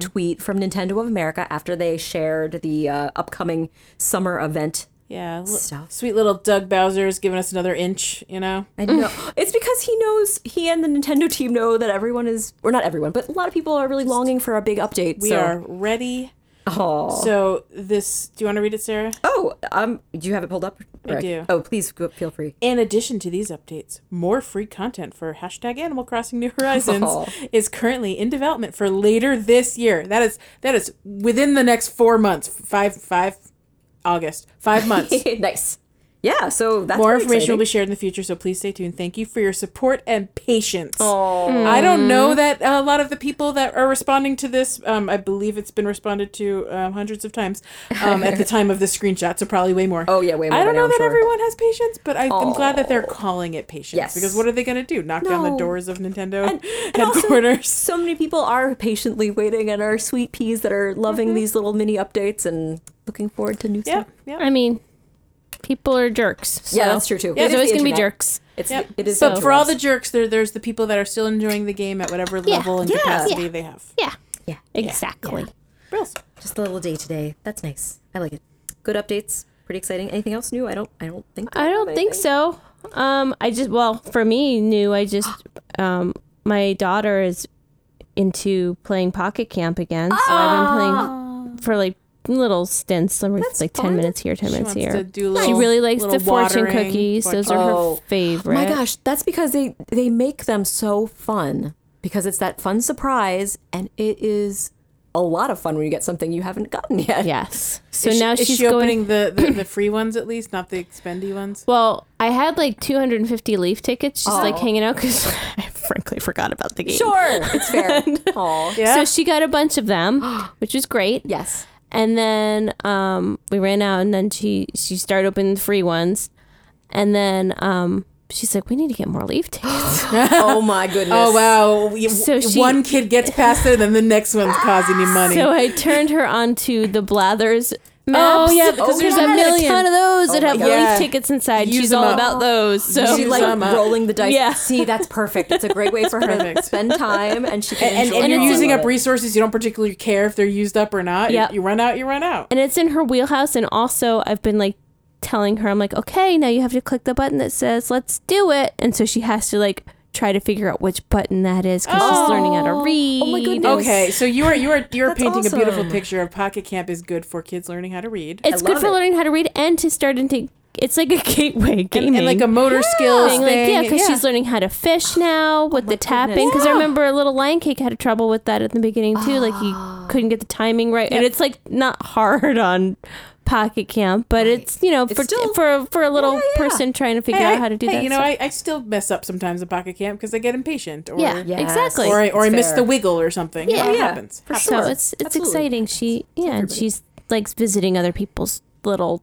C: tweet from Nintendo of America after they shared the uh, upcoming summer event
A: Yeah, l-
C: Stuff.
A: sweet little Doug Bowser is giving us another inch. You know,
C: I know. it's because he knows he and the Nintendo team know that everyone is, or not everyone, but a lot of people are really longing for a big update.
A: we
C: so.
A: are ready.
C: Aw.
A: So this, do you want to read it, Sarah?
C: Oh, um, do you have it pulled up?
A: I
C: Rick?
A: do.
C: Oh, please go, feel free.
A: In addition to these updates, more free content for hashtag Animal Crossing New Horizons
C: Oh.
A: is currently in development for later this year. That is that is within the next four months. Five five August. Five months.
C: nice. yeah, so that's
A: More
C: very
A: information will be
C: exciting.
A: shared in the future, so please stay tuned. Thank you for your support and patience. I don't know that a lot of the people that are responding to this, um, I believe it's been responded to um, hundreds of times um, at the time of the screenshot, so probably way more.
C: Oh, yeah, way more
A: I don't know
C: by now, I'm
A: that
C: sure.
A: everyone has patience, but I, I'm glad that they're calling it patience.
C: Yes.
A: Because what are they going to do? Knock down the
C: No.
A: doors of Nintendo
E: And also,
A: headquarters?
E: so many people are patiently waiting and are sweet peas that are loving these little mini updates and looking forward to new
A: Mm-hmm. Yeah,
E: stuff.
A: yeah.
B: I mean, people are jerks.
C: Yeah,
B: so
C: that's true too.
B: There's
C: It is
B: always going
C: the
B: to be
C: internet.
B: jerks.
C: It's
A: Yep.
C: it is.
A: But
C: the
A: for all the
C: internet.
A: jerks, there, there's the people that are still enjoying the game at whatever
D: Yeah,
A: level and
D: yeah,
A: capacity
D: yeah.
A: they have.
B: Yeah.
D: Yeah.
B: Exactly.
A: Brills.
D: Just a little day today. That's nice. I like it.
C: good updates, pretty exciting. Anything else new? I don't. I don't think.
B: I don't think so. Um, I just well, for me, new. I just um, my daughter is into playing Pocket Camp again, so I've been playing for like little stints, like, like ten minutes here, ten minutes
A: wants
B: here.
A: to do little-
B: she really likes the
A: little
B: fortune
A: watering.
B: cookies; those are
C: Oh.
B: her favorite.
C: My gosh, that's because they they make them so fun because it's that fun surprise, and it is a lot of fun when you get something you haven't gotten yet.
B: Yes. So
A: Is she-
B: now
A: is
B: she's
A: she
B: going.
A: opening the, the, the free ones at least, not the expendy ones.
B: Well, I had like 250 leaf tickets just
A: Oh.
B: like hanging out because I frankly forgot about the game.
C: Sure, it's fair. Aw.
A: Yeah.
B: So she got a bunch of them, which was great.
C: Yes.
B: And then um, we ran out, and then she she started opening the free ones, and then um, she's like, "We need to get more leaf tickets."
C: Oh my goodness.
A: Oh wow! You-
B: So she-
A: one kid gets past it, and then the next one's causing you money.
B: so I turned her onto the Blathers. Maps.
A: Oh, yeah, because
B: there's
A: there's
B: a
A: a million.
B: ton of those that have
A: God. Yeah.
B: leaf tickets inside.
A: Use
B: she's
A: them
B: all
A: up.
B: about those. So
C: She
A: Use
C: like
A: them up.
C: rolling the dice.
B: Yeah.
C: See, that's perfect. It's a great way for her to
A: Perfect.
C: spend time, and she can
A: and,
C: enjoy
A: and you're
C: all
A: using
C: of
A: up
C: it.
A: resources. You don't particularly care if they're used up or not. You-
B: Yep.
A: You, run out, you run out.
B: and it's in her wheelhouse and also i've been like telling her i'm like okay now you have to click the button that says let's do it and so she has to like try to figure out which button that is because she's learning how
A: Oh.
B: to read
C: Oh my goodness. And-
A: Okay, so you are you are you're
C: That's
A: painting a beautiful
C: awesome.
A: picture of Pocket Camp is good for kids learning how to read.
B: it's
C: I
B: good
C: love
B: for
C: it.
B: learning how to read and to start into it's like a gateway gaming
A: and, and like a motor skills
B: thing, like
A: thing.
B: yeah because she's learning how to fish now with the tapping because i remember a little lion cake had trouble with that at the beginning too like he couldn't get the timing right and it's like not hard on pocket camp but it's you know for
C: still-
B: for for a little
C: yeah, yeah.
B: person trying to figure
A: Hey,
B: out
A: I-
B: how to do
A: hey,
B: that
A: You know,
B: stuff.
A: I, I still mess up sometimes at Pocket Camp because I get impatient or
B: Yeah,
C: Yes.
B: exactly.
A: or I, or I
C: It's
A: miss
C: fair.
A: the wiggle or something. Yeah,
B: Yeah.
A: it happens.
C: For
B: so
C: sure.
B: it's it's
C: Absolutely.
B: exciting. She yeah, and she's like visiting other people's little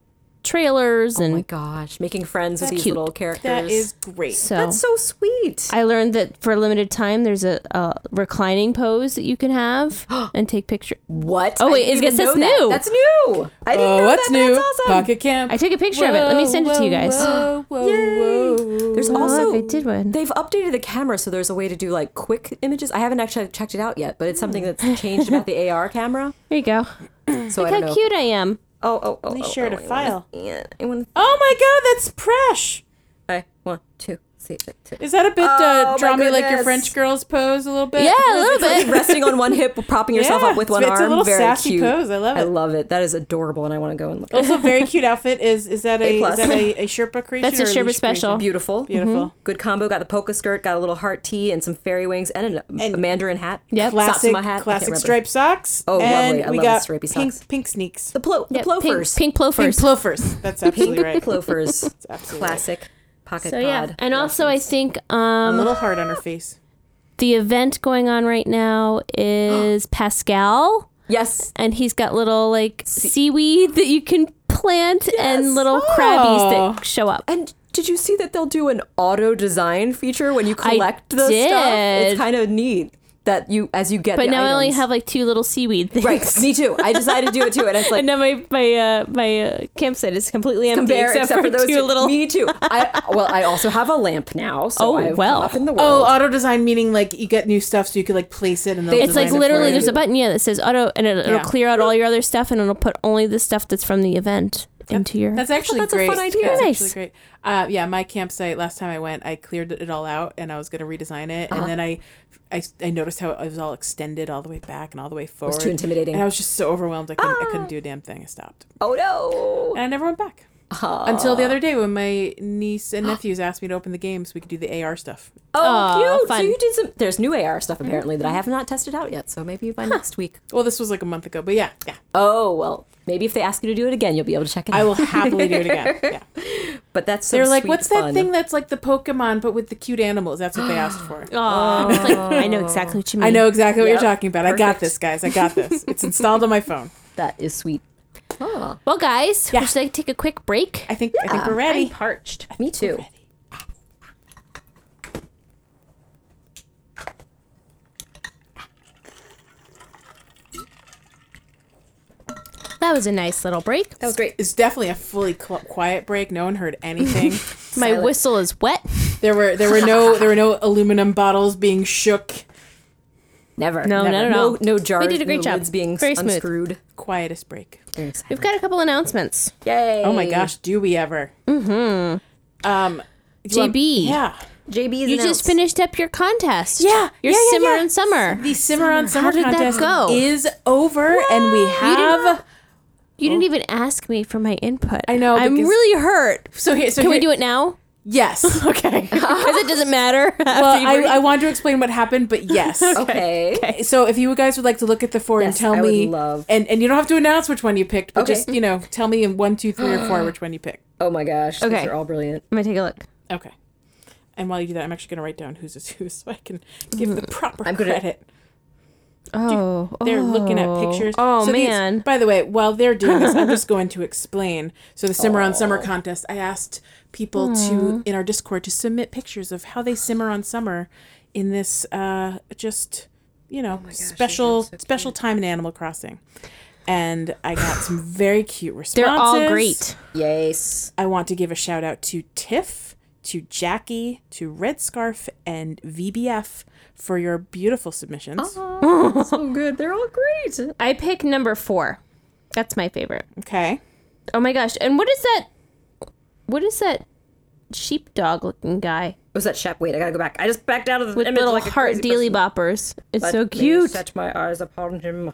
B: trailers
C: Oh my
B: and
C: gosh, making friends with
B: That's
C: these
B: cute.
C: little characters.
A: That is great.
B: so.
C: That's so sweet.
B: I learned that for a limited time, there's a, a reclining pose that you can have and take pictures.
C: What?
B: Oh,
C: I
B: wait,
C: didn't
B: is-
C: even
B: that's
C: know that.
B: new.
C: That's new. I didn't
A: oh,
C: know
A: what's
C: that.
A: new?
C: That's awesome.
A: Pocket Camp.
B: I took a picture of it. Let me send it to you guys.
A: Whoa, whoa, whoa, whoa.
C: There's
B: Oh,
C: also
B: they did one.
C: They've updated the camera, so there's a way to do like quick images. I haven't actually checked it out yet, but it's something that's changed about the AR camera.
B: There you go.
C: So I
B: Look
C: don't
B: how
C: know.
B: cute I am.
C: Oh, oh, oh!
A: They
C: oh,
A: shared
C: oh,
A: a file.
C: I wanna, yeah, I want
A: Oh my god, that's Presh.
C: to. One, two, three, two.
A: Is that a bit
C: Oh,
A: uh,
C: my
A: draw me like your
C: goodness.
A: French girls pose a little bit?
B: Yeah, a little bit.
C: Resting on one hip, propping yourself
A: Yeah,
C: up
A: it's-
C: with one
A: it's a
C: arm.
A: little
C: Very
A: sassy
C: cute.
A: pose. I love
C: I
A: it.
C: love it. That is adorable, and I want to go and look. at it.
A: Also, very cute outfit. Is is that a,
C: plus.
A: is that a, a Sherpa creation?
B: That's a
A: or
B: Sherpa
A: leash
B: special.
A: creation?
C: Beautiful. Mm-hmm.
A: Beautiful.
C: Good combo. Got the polka skirt. Got a little heart tee and some fairy wings and a, a
A: And-
C: mandarin hat.
B: Yep.
A: Classic,
C: Satsuma hat. I can't
A: classic
C: remember.
A: striped socks.
C: Oh, lovely.
A: and
C: I
A: we
C: love
A: got
C: the stripey
A: pink,
C: socks.
A: pink sneaks.
C: The, plo-
B: Yeah,
C: the plofers.
B: Pink, pink
A: Pink
B: plofers.
A: plofers. That's absolutely right.
C: plofers.
A: absolutely right.
C: Classic pocket
B: so
C: pod.
B: yeah, and also I think um,
A: A little heart on her face.
B: the event going on right now is Pascal.
C: yes.
B: and he's got little like seaweed that you can plant and little crabbies that show up.
C: And did you see that they'll do an auto design feature when you collect the stuff?
B: did.
C: It's kind of neat that you as you get.
B: But
C: the
B: now I only
C: items-
B: have like two little seaweed things.
C: Right. Me too. I decided to do it too, and it's like.
B: And now my my uh, my uh, campsite is completely empty
C: compare
B: except, for,
C: those
B: two, little.
C: Me too. I well, I also have a lamp now, so
B: Oh,
C: I've come
B: well.
C: up in the
A: Oh,
C: world.
A: auto design meaning like you get new stuff so you could like place it and they'll
B: It's like
A: design it for
B: literally
A: you.
B: there's a button yeah that says auto and it'll, it'll
A: Yeah.
B: clear out all your other stuff and it'll put only the stuff that's from the event into your.
A: That's actually
C: that's a
A: great.
C: fun idea.
A: That's
B: Nice.
A: actually great. Uh, yeah, my campsite last time I went, I cleared it all out and I was going to redesign it, and then I, I, I noticed how it was all extended all the way back and all the way forward.
C: too intimidating.
A: And I was just so overwhelmed, I couldn't, I couldn't do a damn thing. I stopped,
C: Oh
B: Uh,
C: no!
A: and I never went back. Until the other day when my niece and nephews asked me to open the game so we could do the AR stuff.
C: Oh,
B: Aw,
C: cute!
B: fun. Mm-hmm.
C: So you did some. There's new AR stuff apparently that I have not tested out yet. So maybe by next week.
A: Well, this was like a month ago, but yeah, yeah.
C: Oh well, maybe if they ask you to do it again, you'll be able to check it.
A: I
C: out.
A: will happily do it again. Yeah.
C: But that's some
A: They're like,
C: sweet
A: what's
C: fun."
A: that thing that's like the Pokemon but with the cute animals? That's what they asked for.
B: Oh. Aw, it's like, I know exactly what you mean.
A: I know exactly what
C: Yep.
A: you're talking about. I got
C: Perfect.
A: this, guys. I got this. It's installed on my phone.
C: That is sweet. Huh.
B: Well, guys, we should like take a quick break.
A: I think
B: Uh,
A: I think we're ready.
E: Parched.
C: Me too.
B: That was a nice little break.
E: That was great.
A: It's definitely a fully cl- quiet break. No one heard anything.
B: My whistle is wet.
A: there were there were no there were no aluminum bottles being shook.
C: Never.
B: No,
C: never.
B: not at all.
C: No, no jars.
B: We did a great
C: no
B: job.
C: lids being
B: Very
C: Very
B: smooth.
C: unscrewed.
A: Quietest break.
C: Very exciting.
B: We've got a couple announcements.
C: Yay!
A: Oh my
B: Mm.
A: gosh, do we ever? Mm-hmm. Um, do you want-
B: JB.
A: yeah.
C: JB is
B: You just finished up your contest.
A: Yeah,
B: Your
A: yeah, yeah,
B: Simmer
A: yeah.
B: and Summer.
A: The Simmer on Summer
B: did that
A: contest
B: go?
A: is over, and we have.
B: You didn't even ask me for my input.
A: I know,
B: I'm
A: because-
B: really hurt.
A: So here, so
B: Can we
A: here-
B: do it now?
A: Yes.
B: Okay. Because it doesn't matter.
A: well, I, I wanted to explain what happened, but yes.
C: Okay.
A: So if you guys would like to look at the four and
C: Yes,
A: tell
C: I would
A: me,
C: love-
A: and and you don't have to announce which one you picked, but
C: Okay.
A: just you know, tell me in one, two, three, or four which one you picked.
C: Oh my gosh.
B: Okay.
C: These are all brilliant.
B: I'm going to take a look.
A: Okay. And while you do that, I'm actually going to write down who's is who, so I can give the proper
C: I'm gonna-
A: credit.
B: Oh.
A: They're looking at
B: oh.
A: pictures.
B: Oh,
A: So these-
B: man.
A: by the way, while they're doing this, I'm just going to explain. So the simmer on
B: Oh.
A: summer contest, I asked people
B: Mm.
A: to in our Discord to submit pictures of how they simmer on summer in this uh, just you
B: Oh
A: know special special time in Animal Crossing. And I got some very cute responses.
B: They're all great.
C: Yes.
A: I want to give a shout out to Tiff, to Jackie, to Red Scarf, and VBF for your beautiful submissions.
C: so good. They're all great.
B: I pick number four. That's my favorite.
A: Okay.
B: Oh my gosh. And what is that? What is that sheepdog looking guy
C: Was that Shep? Wait, I gotta go back. I just backed out of the
B: with
C: image
B: little
C: like a
B: heart
C: crazy
B: dealy
C: person.
B: boppers? It's
C: Let
B: so
C: me
B: cute.
C: Set my eyes upon him.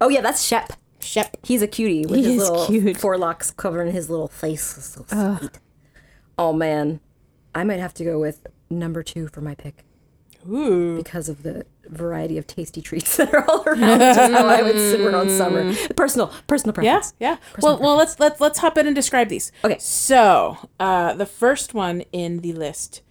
C: Oh yeah, that's Shep.
A: Shep.
C: He's a cutie with
B: He
C: his
B: is
C: little
B: cute. Uh.
C: forelocks covering his little face. It's so sweet. Oh man, I might have to go with number two for my pick
A: Ooh.
C: because of the variety of tasty treats that are all around. Just how I would simmer on summer.
B: Mm.
C: Personal, personal
A: Yeah,
C: preference.
A: yeah. Well, well, let's let's let's hop in and describe these.
C: Okay.
A: So, uh, the first one in the list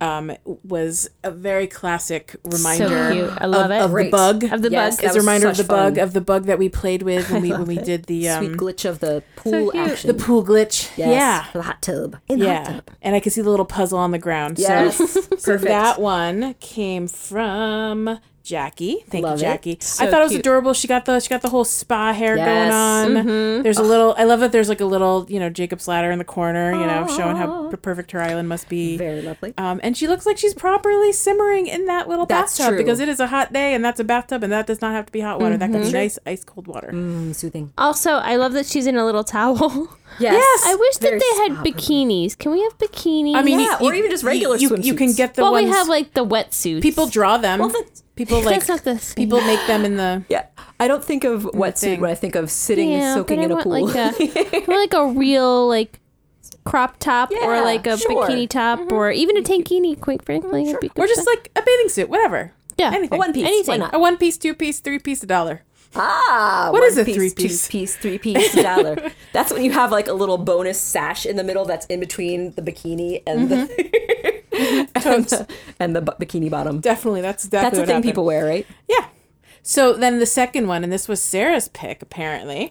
A: um, was a very classic reminder
B: cute. I love
A: of,
B: it.
A: of the
C: Great.
A: bug.
B: Of the
C: Yes,
B: bug.
C: that
A: It's a
C: was
A: reminder of the
C: such
A: bug
C: fun.
A: of the bug that we played with when we when we did the
C: Sweet
A: um,
C: glitch of the pool
B: cute.
C: action.
A: the pool glitch.
C: Yes,
A: Yeah.
C: The hot tub. In the hot
A: Yeah,
C: tub.
A: and I could see the little puzzle on the ground.
C: Yes.
A: So, so
C: Perfect.
A: that one came from Jackie. Thank
C: Love it.
A: you, Jackie.
B: So
A: I thought it was
B: cute.
A: adorable. She got the she got the whole spa hair
C: Yes. Mm-hmm.
A: going on. There's a little. I love that. There's like a little you know Jacob's ladder in the corner. You know, showing how p- perfect her island must be.
C: Very lovely.
A: Um, and she looks like she's properly simmering in that little
C: That's
A: bathtub
C: true.
A: because it is a hot day, and that's a bathtub, and that does not have to be hot water. That could be nice, ice cold water.
C: Mm-hmm. Mm, soothing.
B: Also, I love that she's in a little towel.
C: Yes.
B: I wish that
C: Very
B: they had
C: suave.
B: bikinis. Can we have bikinis?
A: I mean,
C: Yeah, or even just regular
A: you, you can
C: swimsuits.
A: get the
B: well,
A: ones
B: we have like the wetsuits.
A: people draw them.
C: that's-
A: people like
B: That's not the same.
A: people make them in the
C: Yeah. I don't think of wetsuit
A: thing.
C: when I think of sitting
B: Yeah,
C: and soaking
B: but
C: in
B: I
C: a
B: want
C: pool.
B: like a, I want, like a real like crop top or
C: Yeah,
B: like a
C: sure. Mm-hmm.
B: bikini top or even a tankini. Quite frankly, would be good
A: or just
B: stuff.
A: like a bathing suit, whatever.
B: Yeah, a
A: anything.
C: one piece, why
B: Anything.
C: not?
A: A one piece, two piece, three piece, a dollar.
C: Ah,
A: What
C: one
A: is a
C: piece,
A: three-piece?
C: Two piece, three piece dollar. That's when you have like a little bonus sash in the middle that's in between the bikini and
A: Mm-hmm.
C: the and, the, and the bu- bikini bottom.
A: Definitely, that's exactly
C: That's a
A: what
C: thing
A: happened.
C: people wear, right?
A: Yeah. So then the second one, and this was Sarah's pick apparently.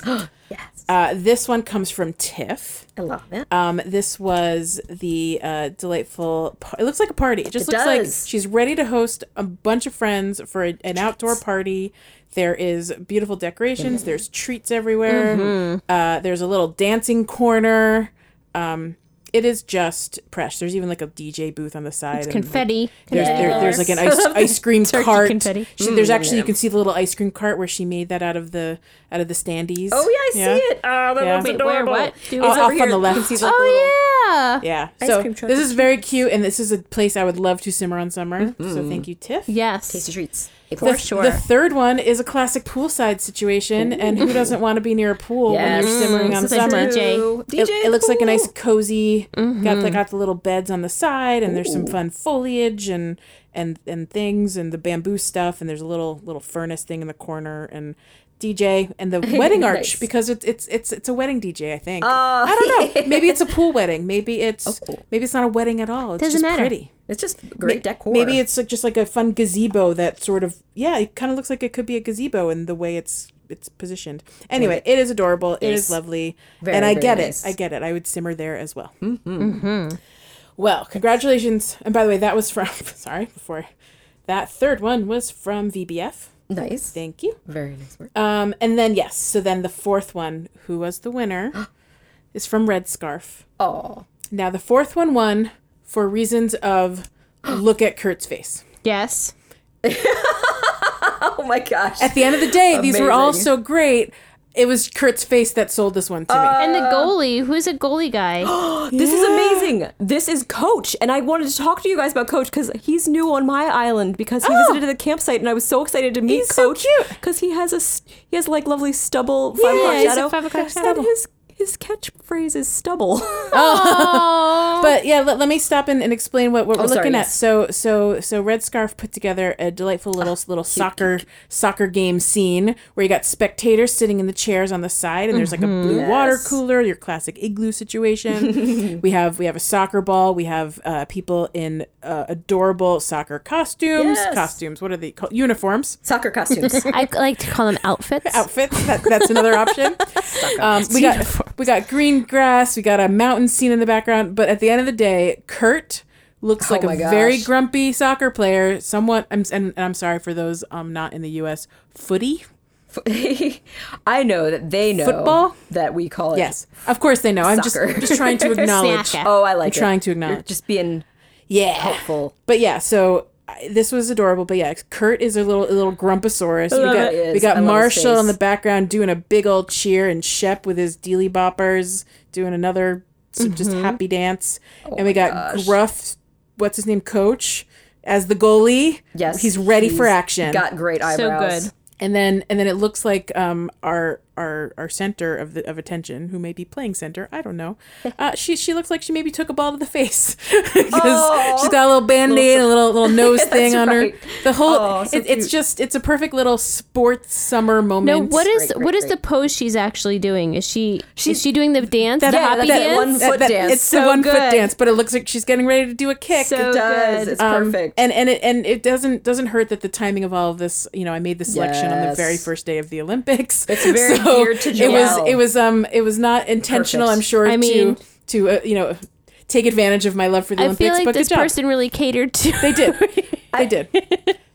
D: Yes.
A: uh, this one comes from Tiff.
D: I love it.
A: Um, this was the uh, delightful. par- It looks like a party. It just
C: It
A: looks
C: does.
A: like she's ready to host a bunch of friends for a, an outdoor party. There is beautiful decorations. There's treats everywhere. Uh, there's a little dancing corner. Um, it is just fresh. There's even like a DJ booth on the side. and, like,
B: confetti.
A: there's,
B: Confetti
A: there, there's like an ice, ice cream cart. She, there's
C: Mm,
A: actually you can see the little ice cream cart where she made that out of the out of the standees.
C: Oh yeah, I see it. Oh, that
A: Yeah.
C: looks
A: Wait,
B: where,
C: adorable.
B: what? Do
C: It's
B: we-
A: Off
C: over
A: on
C: here.
A: the
C: You can
A: left.
C: see,
B: Oh Yeah.
A: Yeah.
E: Ice
A: so
E: cream truck
A: this
E: is
A: is very cute, and this is a place I would love to simmer on summer.
C: Mm-hmm.
A: So thank you, Tiff.
B: Yes.
D: Tasty treats.
A: The,
D: April.
A: th- the third one is a classic poolside situation, and who doesn't want to be near a pool when you're
D: Yes.
A: simmering on
B: This is like
A: summer?
B: the- DJ.
A: It, it looks like a nice cozy. Got they got the little beds on the side, and there's some fun foliage and and and things, and the bamboo stuff, and there's a little little furnace thing in the corner, and DJ and the wedding arch
C: Nice.
A: because it's it's it's it's a wedding DJ. I think. I don't know. Maybe it's a pool wedding. Maybe it's maybe it's not a wedding at all. It's
B: Doesn't
A: just
B: matter.
A: pretty.
C: It's just great decor.
A: Maybe it's like just like a fun gazebo that sort of yeah, it kind of looks like it could be a gazebo in the way it's it's positioned. Anyway, it is adorable. It is lovely,
D: Very,
A: and I
D: very
A: get
D: nice.
A: it. I get it. I would simmer there as well. Mm-hmm. Well, congratulations! And by the way, that was from sorry before that third one was from VBF.
C: nice.
A: Thank you.
D: Very nice work.
A: Um, and then yes, so then the fourth one, who was the winner, is from Red Scarf.
C: Oh,
A: Now the fourth one won for reasons of look at Kurt's face.
B: Yes.
C: oh my gosh.
A: At the end of the day, these were all
C: Amazing.
A: so great. It was Kurt's face that sold this one to me.
B: And the
C: Uh.
B: goalie, who's a goalie guy?
C: This is amazing. This is Coach, and I wanted to talk to you guys about Coach because he's new on my island because he visited the campsite, and I was so excited to meet
A: He's so
C: Coach
A: cute.
C: because he has a s- he has like lovely stubble five o'clock
B: he's a
C: shadow.
B: five o'clock
C: and
B: shadow.
C: his his catchphrase is stubble.
B: Oh.
A: But yeah, let, let me stop and, and explain what, what we're
C: Oh, sorry,
A: looking at.
C: yes.
A: So so so Red Scarf put together a delightful little
C: Ah,
A: little soccer soccer game scene where you got spectators sitting in the chairs on the side and there's like a
C: Mm-hmm.
A: blue water cooler, your classic igloo situation. we have we have a soccer ball, we have uh, people in uh, adorable soccer costumes,
C: Yes.
A: costumes, what are they called? Uniforms.
C: Soccer costumes.
B: I like to call them outfits.
A: outfits. That, that's another option. um, we got we got green grass. We got a mountain scene in the background. But at the end of the day, Kurt looks like
C: Oh my
A: a
C: gosh.
A: very grumpy soccer player. Somewhat. I'm and, and I'm sorry for those um not in the U.S. Footy.
C: I know that they know
A: Football?
C: that we call it.
A: Yes, of course they know. I'm just
C: Soccer.
A: just trying to acknowledge.
B: Snacker.
C: Oh, I like. it.
A: trying to
C: You're
A: acknowledge.
C: just being
A: Yeah.
C: helpful.
A: But yeah, so I, this was adorable. But yeah, Kurt is a little a little grumposaurus. We
C: love
A: got,
C: it. It
A: we
C: Oh, is. I
A: got
C: love his
A: Marshall
C: face.
A: in the background doing a big old cheer, and Shep with his dealy boppers doing another s- just
C: Mm-hmm.
A: happy dance.
C: Oh
A: and we got Gruff, what's his name, Coach, as the goalie.
C: Yes,
A: he's ready for
C: he's
A: action.
C: Got great eyebrows.
B: good.
A: and then and then it looks like um our our our center of the of attention, who may be playing center, I don't know. Uh, she she looks like she maybe took a ball to the face because she's got a little band aid, a little little nose thing on
C: Oh. right.
A: her. The whole
C: Oh, so
A: it, it's
C: cute.
A: just it's a perfect little sports summer moment.
B: No, what is
C: Great, great,
B: what is the
C: great.
B: pose she's actually doing? Is she is she doing the dance, the hoppy
C: that
B: dance?
C: one foot dance.
A: It's the
B: So
A: one foot
B: good.
A: dance, but it looks like she's getting ready to do a kick.
B: So
C: It does.
B: good.
C: It's
A: Um,
C: perfect.
A: And and it and it doesn't doesn't hurt that the timing of all of this. You know, I made the selection on the
C: Yes.
A: very first day of the Olympics. It's
C: very geared to
A: It
C: Joelle.
A: was it was um it was not intentional.
C: Perfect.
A: I'm sure.
B: I mean-
A: to to uh, you know take advantage of my love for the
B: I
A: Olympics.
B: feel like
A: but
B: this
A: good job.
B: person really catered to.
A: they did. they did.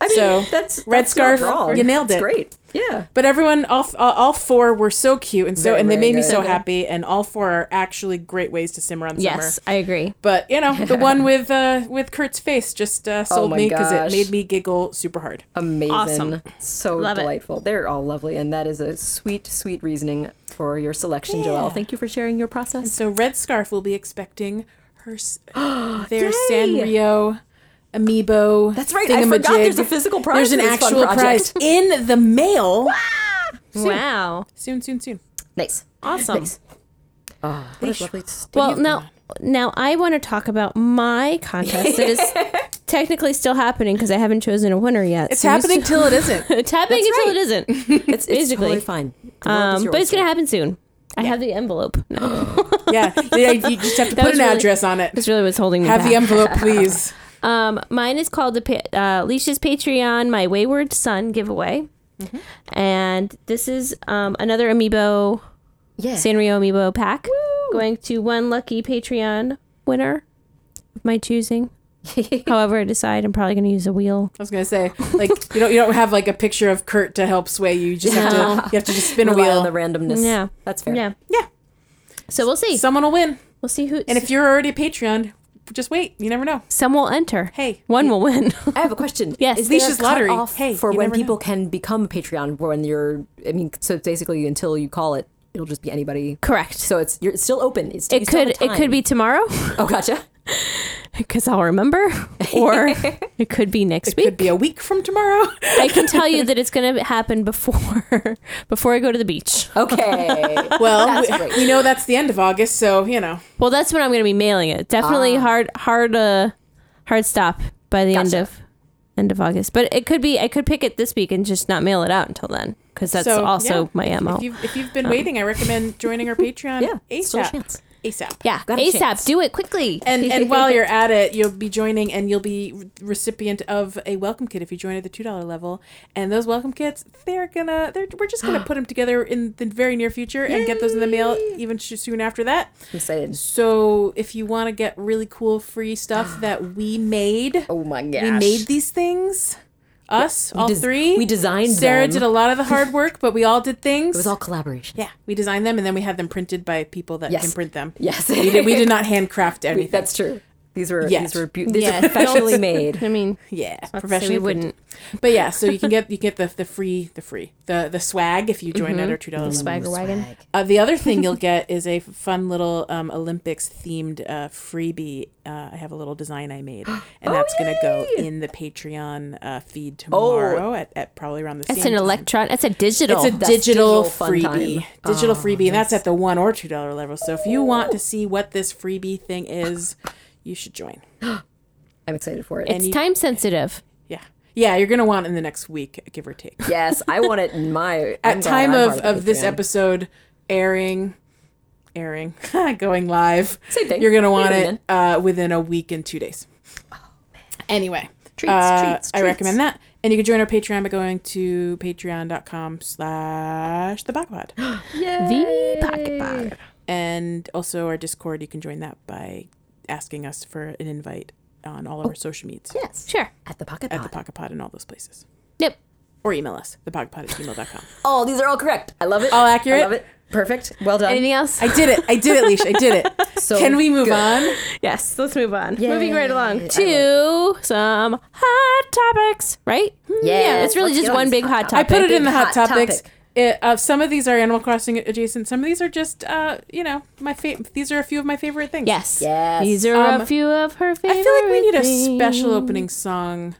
C: I mean,
A: so,
C: that's
A: red
C: that's not
A: scarf,
C: wrong.
A: you nailed
C: It's
A: it.
C: great. Yeah.
A: But everyone, all, all all four were so cute and so,
C: Very,
A: and they
C: very
A: made me
C: good.
A: so
C: Okay.
A: happy. And all four are actually great ways to simmer on summer.
B: yes, I agree.
A: But you know, the one with uh, with Kurt's face just uh, sold
C: Oh my
A: me because
C: gosh.
A: it made me giggle super hard.
C: Amazing.
B: Awesome.
C: So
B: Love it.
C: delightful. They're all lovely. And that is a sweet, sweet reasoning for your selection, Joelle. Thank you for sharing your process.
A: So Red Scarf will be expecting her s- their Sanrio amiibo.
C: That's right, I forgot
A: thingamajig.
C: there's a physical prize
A: There's an
C: for this fun
A: actual prize
C: project.
A: in the mail.
B: Wow,
A: soon, soon, soon.
C: Nice.
B: awesome. Ah,
D: What a lovely st-
B: Well, now now I want to talk about my contest that is technically still happening because I haven't chosen a winner yet.
A: It's
B: So you
A: happening
B: still-
A: till it isn't.
B: it's happening until it isn't.
C: It's, it's
B: Basically.
C: totally fine. The world is
B: Um, but
C: yours.
B: it's gonna happen soon. I have the envelope. No,
A: Yeah, yeah you just have to
B: That
A: put
B: was
A: an
B: really-
A: address on it.
B: that's really what's holding me
A: Have
B: back.
A: the envelope, please.
B: Um, mine is called the pa- uh, Leisha's Patreon My Wayward Son giveaway, and this is um, another amiibo
D: yeah.
B: Sanrio amiibo pack going to one lucky Patreon winner of my choosing. However, I decide I'm probably going to use a wheel.
A: I was gonna say, like you don't you don't have like a picture of Kurt to help sway you. You just have
B: No.
A: to you have to just spin a
C: Rely
A: wheel.
C: on the randomness.
B: Yeah.
C: That's fair.
B: Yeah,
A: yeah,
B: so we'll see.
A: someone will win.
B: we'll see who.
A: And if you're already a Patreon, just wait. You never know.
B: some will enter,
A: Hey.
B: one will win.
C: I have a question.
B: Yes.
C: Is there a
A: Leash's lottery.
C: cutoff
A: Hey,
C: for
A: you
C: when
A: never know.
C: people can become a Patreon, when you're, I mean, so basically until you call it it'll just be anybody.
B: Correct.
C: So it's you're it's still open. It's, you
B: it
C: still
B: could
C: have
B: it could
C: time.
B: be tomorrow
C: Oh, gotcha.
B: because I'll remember, or it could be next
A: Could
B: week.
A: be a week from tomorrow.
B: I can tell you that it's going to happen before before I go to the beach.
C: Okay.
A: Well,
C: That's
A: we,
C: great.
A: we know that's the end of August, so you know.
B: Well, that's when I'm going to be mailing it. Definitely hard hard uh hard stop by the end
C: Gotcha.
B: of end of August. But it could be I could pick it this week and just not mail it out until then because that's
A: so,
B: also
A: yeah.
B: my
A: If-
B: mo.
A: If you've, if you've been waiting, I recommend joining our Patreon
C: Yeah, still a
A: ASAP.
C: chance.
A: ASAP.
B: yeah,
C: got a
B: ASAP.
C: chance.
B: Do it quickly.
A: And and while you're at it, you'll be joining and you'll be re- recipient of a welcome kit if you join at the two dollar level. And those welcome kits, they're gonna, they're we're just gonna put them together in the very near future and get those in the mail even sh- soon after that.
C: I'm excited.
A: So if you want to get really cool free stuff that we made,
C: Oh my gosh.
A: we made these things. Us, all
C: des-
A: three.
C: we designed
A: Sarah
C: them.
A: did a lot of the hard work, but we all did things.
C: It was all collaboration.
A: Yeah, we designed them and then we had them printed by people that
C: Yes.
A: can print them.
C: Yes.
A: we, did, we did not handcraft anything.
C: That's true. These were
A: Yes.
C: these were beau- these
B: Yes.
C: are professionally made.
B: I mean,
A: yeah,
B: professionally
A: professionally
B: we wouldn't
A: printed. But yeah, so you can get you get the the free the free the the swag if you join
C: Mm-hmm.
A: at our two dollars.
B: swagger wagon.
A: Uh, the other thing you'll get is a fun little um, Olympics themed uh, freebie. Uh, I have a little design I made, and that's going to go
C: Oh,
A: in the Patreon uh, feed tomorrow at, at probably around the
B: That's
A: same
B: an
A: time.
B: electron. That's a digital.
A: It's a
C: That's
A: digital,
C: digital fun
A: freebie.
C: time. Oh,
A: Digital freebie, and that's at the one or two dollar level. So if you want to see what this freebie thing is, you should join.
C: I'm excited for it.
B: it's time sensitive.
A: Yeah, yeah, you're gonna want it in the next week, give or take.
C: yes, I want it in my
A: At time of of this episode airing, airing, going live,
C: Same thing.
A: you're gonna want
C: Yeah,
A: it uh, within a week and two days. Anyway, treats,
C: treats,
A: I
C: treats.
A: recommend that, and you can join our Patreon by going to patreon.com/slash the Backlot.
B: The pocket bar.
A: and also our discord you can join that by asking us for an invite on all of our social medias
C: Yes.
B: Sure.
C: At the pocket
A: at the
C: pot.
A: pocket pod and all those places
B: Yep.
A: or email us thepocketpod at gmail.com
C: Oh, these are all correct. I love it.
A: All
C: I
A: accurate?
C: love it. Perfect. Well done.
B: Anything else?
A: i did it i did it leash i did it
C: So
A: can we move
C: good.
A: on
B: yes. Let's move on. Moving right along
C: Yay.
B: to some hot topics. Right?
C: Hmm.
B: Yeah. It's really
C: let's
B: just
C: get on
B: one
C: these
B: big
C: hot
B: hot
A: i
B: topic.
A: put it in the
C: Big
A: hot,
C: hot
A: topics
C: topic.
A: It, uh, some of these are animal crossing adjacent some of these are just uh, you know my fa- these are a few of my favorite things
B: Yes.
C: Yes.
B: These are
A: Um,
B: a few of her favorite.
A: i feel like we need a
B: things.
A: special opening song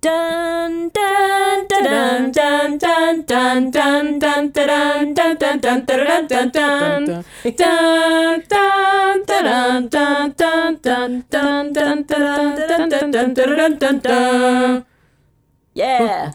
B: Dun dun dun dun dun dun dun dun dun dun dun dun dun dun dun dun dun dun.
C: Yeah.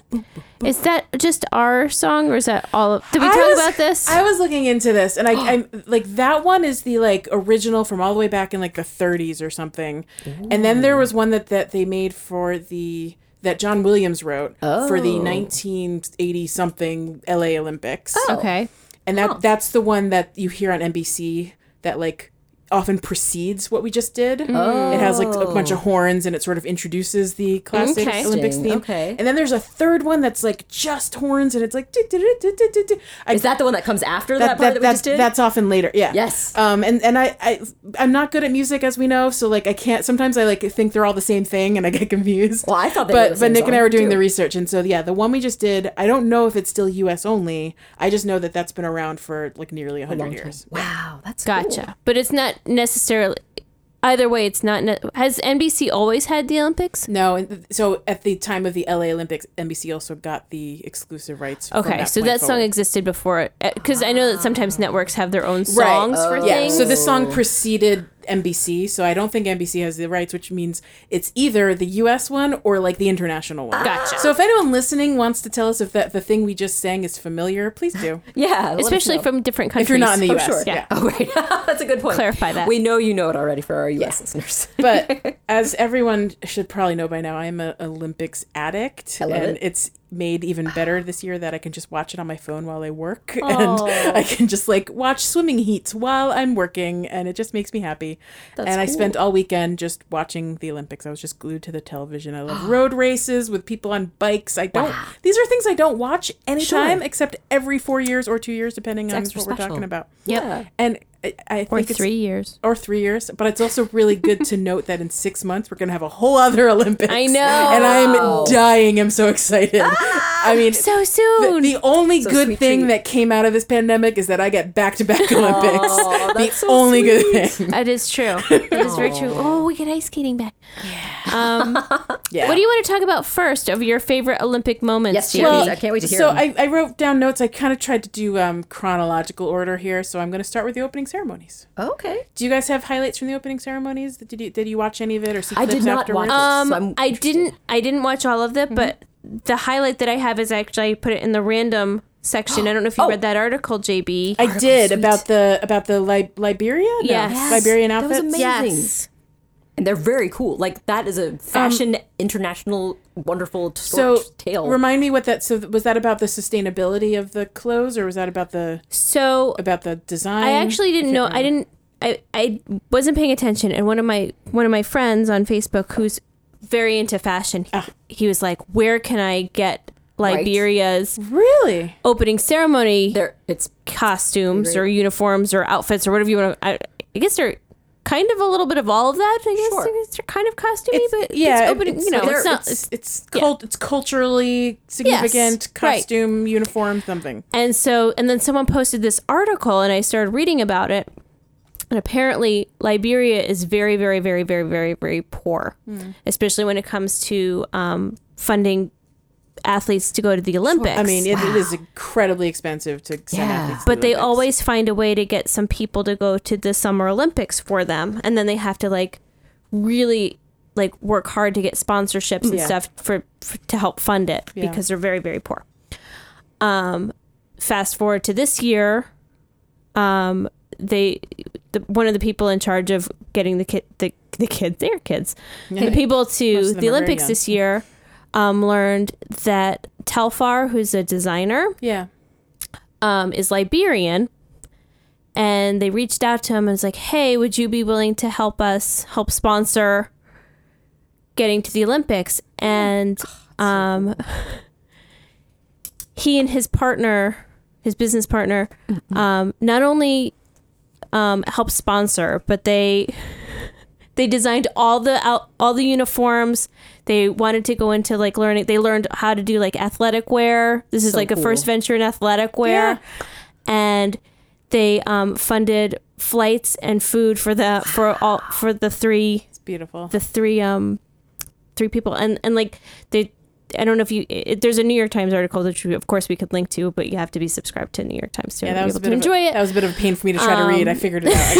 B: Is that just our song, or is that all? Of, did we
A: I
B: talk
A: was-
B: about this?
A: I was looking into this, and I, I'm like that one is the like original from all the way back in like the 30s or something, and then there was one that that they made for the that John Williams wrote for the
C: Oh.
A: 1980 something LA Olympics,
C: Oh,
B: okay.
A: and that that's the one that you hear on NBC that like often precedes what we just did.
C: Mm.
A: It has like a bunch of horns and it sort of introduces the classic
B: Okay.
A: Olympics theme.
C: Oh. Okay.
A: And then there's a third one that's like just horns and it's like do, do, do, do, do, do, do. I
C: Is that the one that comes after
A: that,
C: that, part that, we
A: that's,
C: just did?
A: that's often later. Yeah.
C: Yes.
A: Um. And and I I I'm not good at music as we know, so like I can't. Sometimes I like think they're all the same thing, and I get confused.
C: Well, I thought they were
A: but
C: the
A: but
C: same
A: Nick and I
C: song,
A: were doing the
C: too.
A: research, and so yeah, the one we just did. I don't know if it's still U.S. only. I just know that that's been around for like nearly hundred years.
C: wow. That's
B: Gotcha. But it's not necessarily. Either way, it's not. Ne- has NBC always had the Olympics?
A: No, and th- so at the time of the L.A. Olympics, NBC also got the exclusive rights. from
B: Okay,
A: that
B: so
A: point
B: that song
A: forward.
B: existed before it, because I know that sometimes networks have their own
A: Right. Oh,
B: songs for
A: yeah.
B: things.
A: So this song preceded NBC, so I don't think NBC has the rights, which means it's either the US one or like the international one.
B: Gotcha.
A: So if anyone listening wants to tell us if that the thing we just sang is familiar, please do.
C: Yeah. let us
B: especially
C: know.
B: from different countries.
A: If you're not in the US.
C: sure.
A: Yeah.
C: Oh, right. that's a good point.
B: Clarify that.
C: We know you know it already for our U.S. listeners.
A: But as everyone should probably know by now, I am an Olympics addict.
C: love
A: and
C: it.
A: it's made even better this year that I can just watch it on my phone while I work. And I can just like watch swimming heats while I'm working. And it just makes me happy. and I spent all weekend just watching the Olympics. I was just glued to the television. I love road races with people on bikes. I don't, these are things I don't watch anytime except every four years or two years, depending on what
C: extra
A: we're
C: special.
A: talking about.
B: Yep.
A: And I, I think
B: or
A: it's-
B: three years.
A: or three years. But it's also really good to note that in six months we're gonna have a whole other Olympics.
B: I know.
A: and I'm dying. I'm so excited. I mean,
B: So
A: the,
B: soon.
A: the only good
D: sweet
A: thing
D: treat.
A: that came out of this pandemic is that I get back to back Olympics. the
C: that's so
A: only good thing.
B: that is true. That is very true. Oh, we get ice skating back. Um,
A: Yeah.
B: What do you want to talk about first of your favorite Olympic moments?
D: Yes,
B: Jamie?
D: Jamie. Well, I can't wait to hear
A: So
D: them.
A: I, I wrote down notes. I kind of tried to do um, chronological order here. So I'm going to start with the opening ceremonies.
D: Okay.
A: Do you guys have highlights from the opening ceremonies? Did you did you watch any of it or see
C: I
A: clips
C: did not watch
A: afterwards?
C: it.
B: Um,
C: So I'm
B: I didn't. I didn't watch all of that, but the highlight that I have is actually I put it in the random section. I don't know if you read that article, JB.
A: I did about the about the Li- Liberia. No,
B: Yes. Yes.
A: Liberian
C: That was
A: outfits.
C: amazing.
B: yes.
C: And they're very cool. Like that is a fashion international wonderful
A: Um, So
C: sort of tale.
A: remind me what that. So was that about the sustainability of the clothes, or was that about the
B: So
A: about the design?
B: I actually didn't know. I didn't. I, I wasn't paying attention, and one of my one of my friends on Facebook who's very into fashion, he, he was like, "Where can I get Liberia's
A: really.
B: opening ceremony
C: They're- it's
B: costumes or uniforms or outfits or whatever you want to?" I, I guess they're kind of a little bit of all of that. I guess,
C: Sure.
B: I guess they're kind of costumey,
A: It's-
B: but
A: yeah,
B: it's
A: it-
B: opening.
A: it's-
B: you know,
A: they're-
B: it's not.
A: It's,
B: it's-
A: it's, cult, it's culturally significant
B: right.
A: costume, uniform, something.
B: And so, and then someone posted this article, and I started reading about it. And apparently, Liberia is very, very, very, very, very, very poor,
A: Hmm.
B: especially when it comes to um, funding athletes to go to the Olympics.
A: I mean, it, it is incredibly expensive to send athletes. to
B: but
A: the
B: they
A: Olympics.
B: always find a way to get some people to go to the Summer Olympics for them, and then they have to like really like work hard to get sponsorships and
A: Yeah.
B: stuff for, for to help fund it
A: Yeah.
B: because they're very very poor. Um, fast forward to this year, um, they the, one of the people in charge of getting the kid the the kids their kids the people
A: Most
B: to
A: of them
B: the
A: are very
B: Olympics
A: young.
B: this year um, learned that Telfar, who's a designer,
A: Yeah.
B: um, is Liberian. And they reached out to him and was like, hey, would you be willing to help us help sponsor getting to the Olympics? And um, he and his partner, his business partner, um, not only um, helped sponsor, but they they designed all the out, all the uniforms. They wanted to go into like learning. They learned how to do like athletic wear. This is like a first venture in athletic wear, and they um, funded flights and food for the for all for the three
A: It's beautiful.
B: the three um three people and and like they I don't know if you it, there's a New York Times article that you, of course we could link to, but you have to be subscribed to New York Times to
A: yeah, that
B: be
A: was a
B: able to
A: bit
B: enjoy
A: of a,
B: it. Um,
A: That was a bit of a pain for me to try to read. I figured it out. I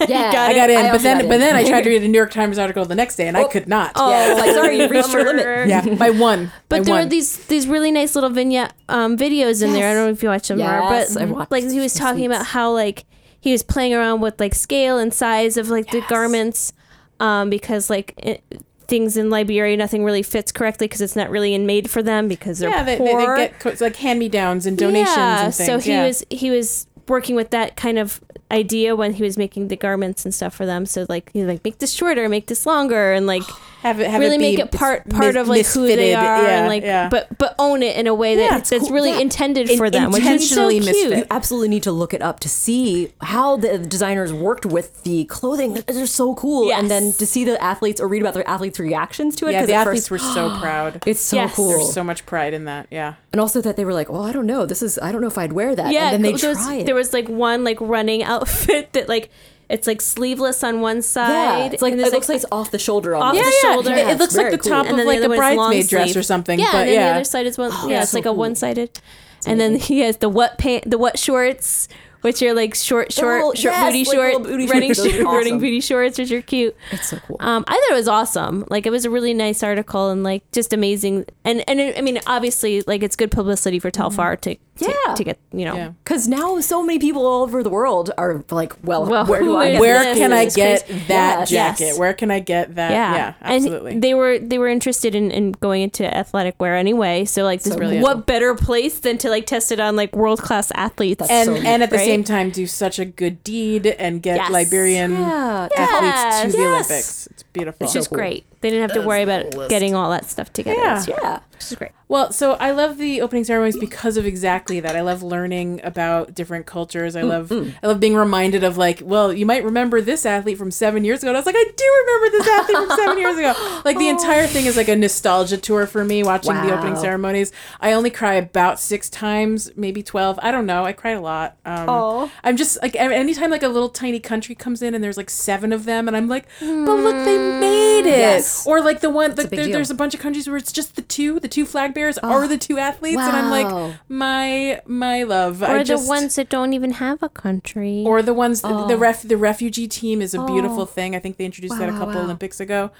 A: in.
D: Yeah.
A: I got in,
C: I
A: but
C: also
A: then
C: got
A: but
C: in.
A: then I tried to read a New York Times article the next day, and
B: Oh.
A: I could not.
C: yeah, like sorry, you reached your limit.
B: Bummer.
A: Yeah, by one.
B: But
A: by
B: there
A: one.
B: are these these really nice little vignette um, videos in there. I don't know if you watch them, Mara,
C: Yes,
B: but
C: I watched
B: like he was talking about how like he was playing around with like scale and size of like the garments um, because like it, things in Liberia nothing really fits correctly because it's not really in made for them because they're
A: yeah, they, they,
B: poor.
A: they get co- it's like hand me downs and donations
B: yeah,
A: and things.
B: so he
A: yeah.
B: was he was working with that kind of idea when he was making the garments and stuff for them. So like he's like make this shorter, make this longer, and like
A: have it, have
B: really
A: it
B: make
A: be
B: it part
A: mis-
B: part of like who they
A: misfitted.
B: are
A: Yeah,
B: and like
A: yeah.
B: but but own it in a way that
A: Yeah, it's
B: that's really intended for
A: In-
B: them which is so
A: intentionally
B: cute
A: misfit.
C: You absolutely need to look it up to see how the designers worked with the clothing. They're so cool, and then
B: Yes.
C: to see the athletes or read about their athletes' reactions to it.
A: yeah,
C: 'cause
A: the
C: at
A: athletes
C: first-
A: were so proud.
C: It's so
B: Yes.
C: cool,
A: There's so much pride in that. Yeah.
C: and also that they were like, "Well, I don't know. This is I don't know if I'd wear that."
B: yeah
C: and then they
B: there was,
C: try it.
B: there was like one like running outfit that like it's like sleeveless on one
C: yeah,
B: side
C: it's like it
B: and there's,
C: looks like it's off the shoulder. Off
B: the
A: yeah.
B: shoulder.
A: It, it looks like the top
B: and
A: of
B: then
A: like
B: the
A: a
B: other one's long
A: bridesmaid dress
B: sleeve.
A: or something.
B: yeah
A: but
B: and then
A: yeah.
B: the other side is one yeah it's
C: so
B: like a
C: cool.
B: one sided and then he has the what pant the what shorts which are like short short
C: little-
B: short
C: yes,
B: booty
C: like
B: short
C: little booty
B: running
C: shorts. Those are
B: short- running
C: awesome.
B: booty shorts which are cute
C: It's so cool.
B: Um, I thought it was awesome. Like it was a really nice article and like just amazing. And and it, I mean, obviously, like it's good publicity for Telfar to, to
C: Mm-hmm. Yeah.
B: to get you know
A: Yeah.
C: Because now so many people all over the world are like, well,
B: Well,
C: where do
B: who is-
C: I get this?
A: Where can I
B: It's
A: get
B: crazy.
A: that
B: Yes.
A: jacket?
B: Yes.
A: Where can I get that? Yeah, absolutely.
B: And they were they were interested in, in going into athletic wear anyway. So like, this,
A: brilliant.
B: what better place than to like test it on like world class athletes?
C: That's
A: and
C: so
A: and at the
B: right?
A: same time do such a good deed and get
B: Yes.
A: Liberian
C: Yeah.
A: athletes to the
B: Yes.
A: Olympics. It's beautiful.
B: It's just great. They didn't have to worry about getting all that stuff together.
A: Yeah.
B: It's-
C: Yeah.
B: which is great.
A: Well, so I love the opening ceremonies because of exactly that. I love learning about different cultures.
C: Mm,
A: I love I love being reminded of like, well, you might remember this athlete from seven years ago. And I was like, I do remember this athlete from seven years ago. Like the entire thing is like a nostalgia tour for me watching the opening
C: Oh. Wow.
A: ceremonies. I only cry about six times, maybe twelve. I don't know. I cried a lot. Um,
E: Aw.
A: I'm just like a- anytime like a little tiny country comes in and there's like seven of them, and I'm like, but look, they made it.
C: Mm. Yes.
A: Or like the one, like
C: big
A: there,
C: deal.
A: there's a bunch of countries where it's just the two, the two flag bearers are the two athletes, and I'm
C: wow.
A: like, my my love,
B: Or
A: I
B: the
A: just,
B: ones that don't even have a country.
A: or the ones
C: Oh.
A: the ref the refugee team is a beautiful thing. I think they introduced that a
C: wow,
A: couple
C: wow. Oh.
A: Olympics ago.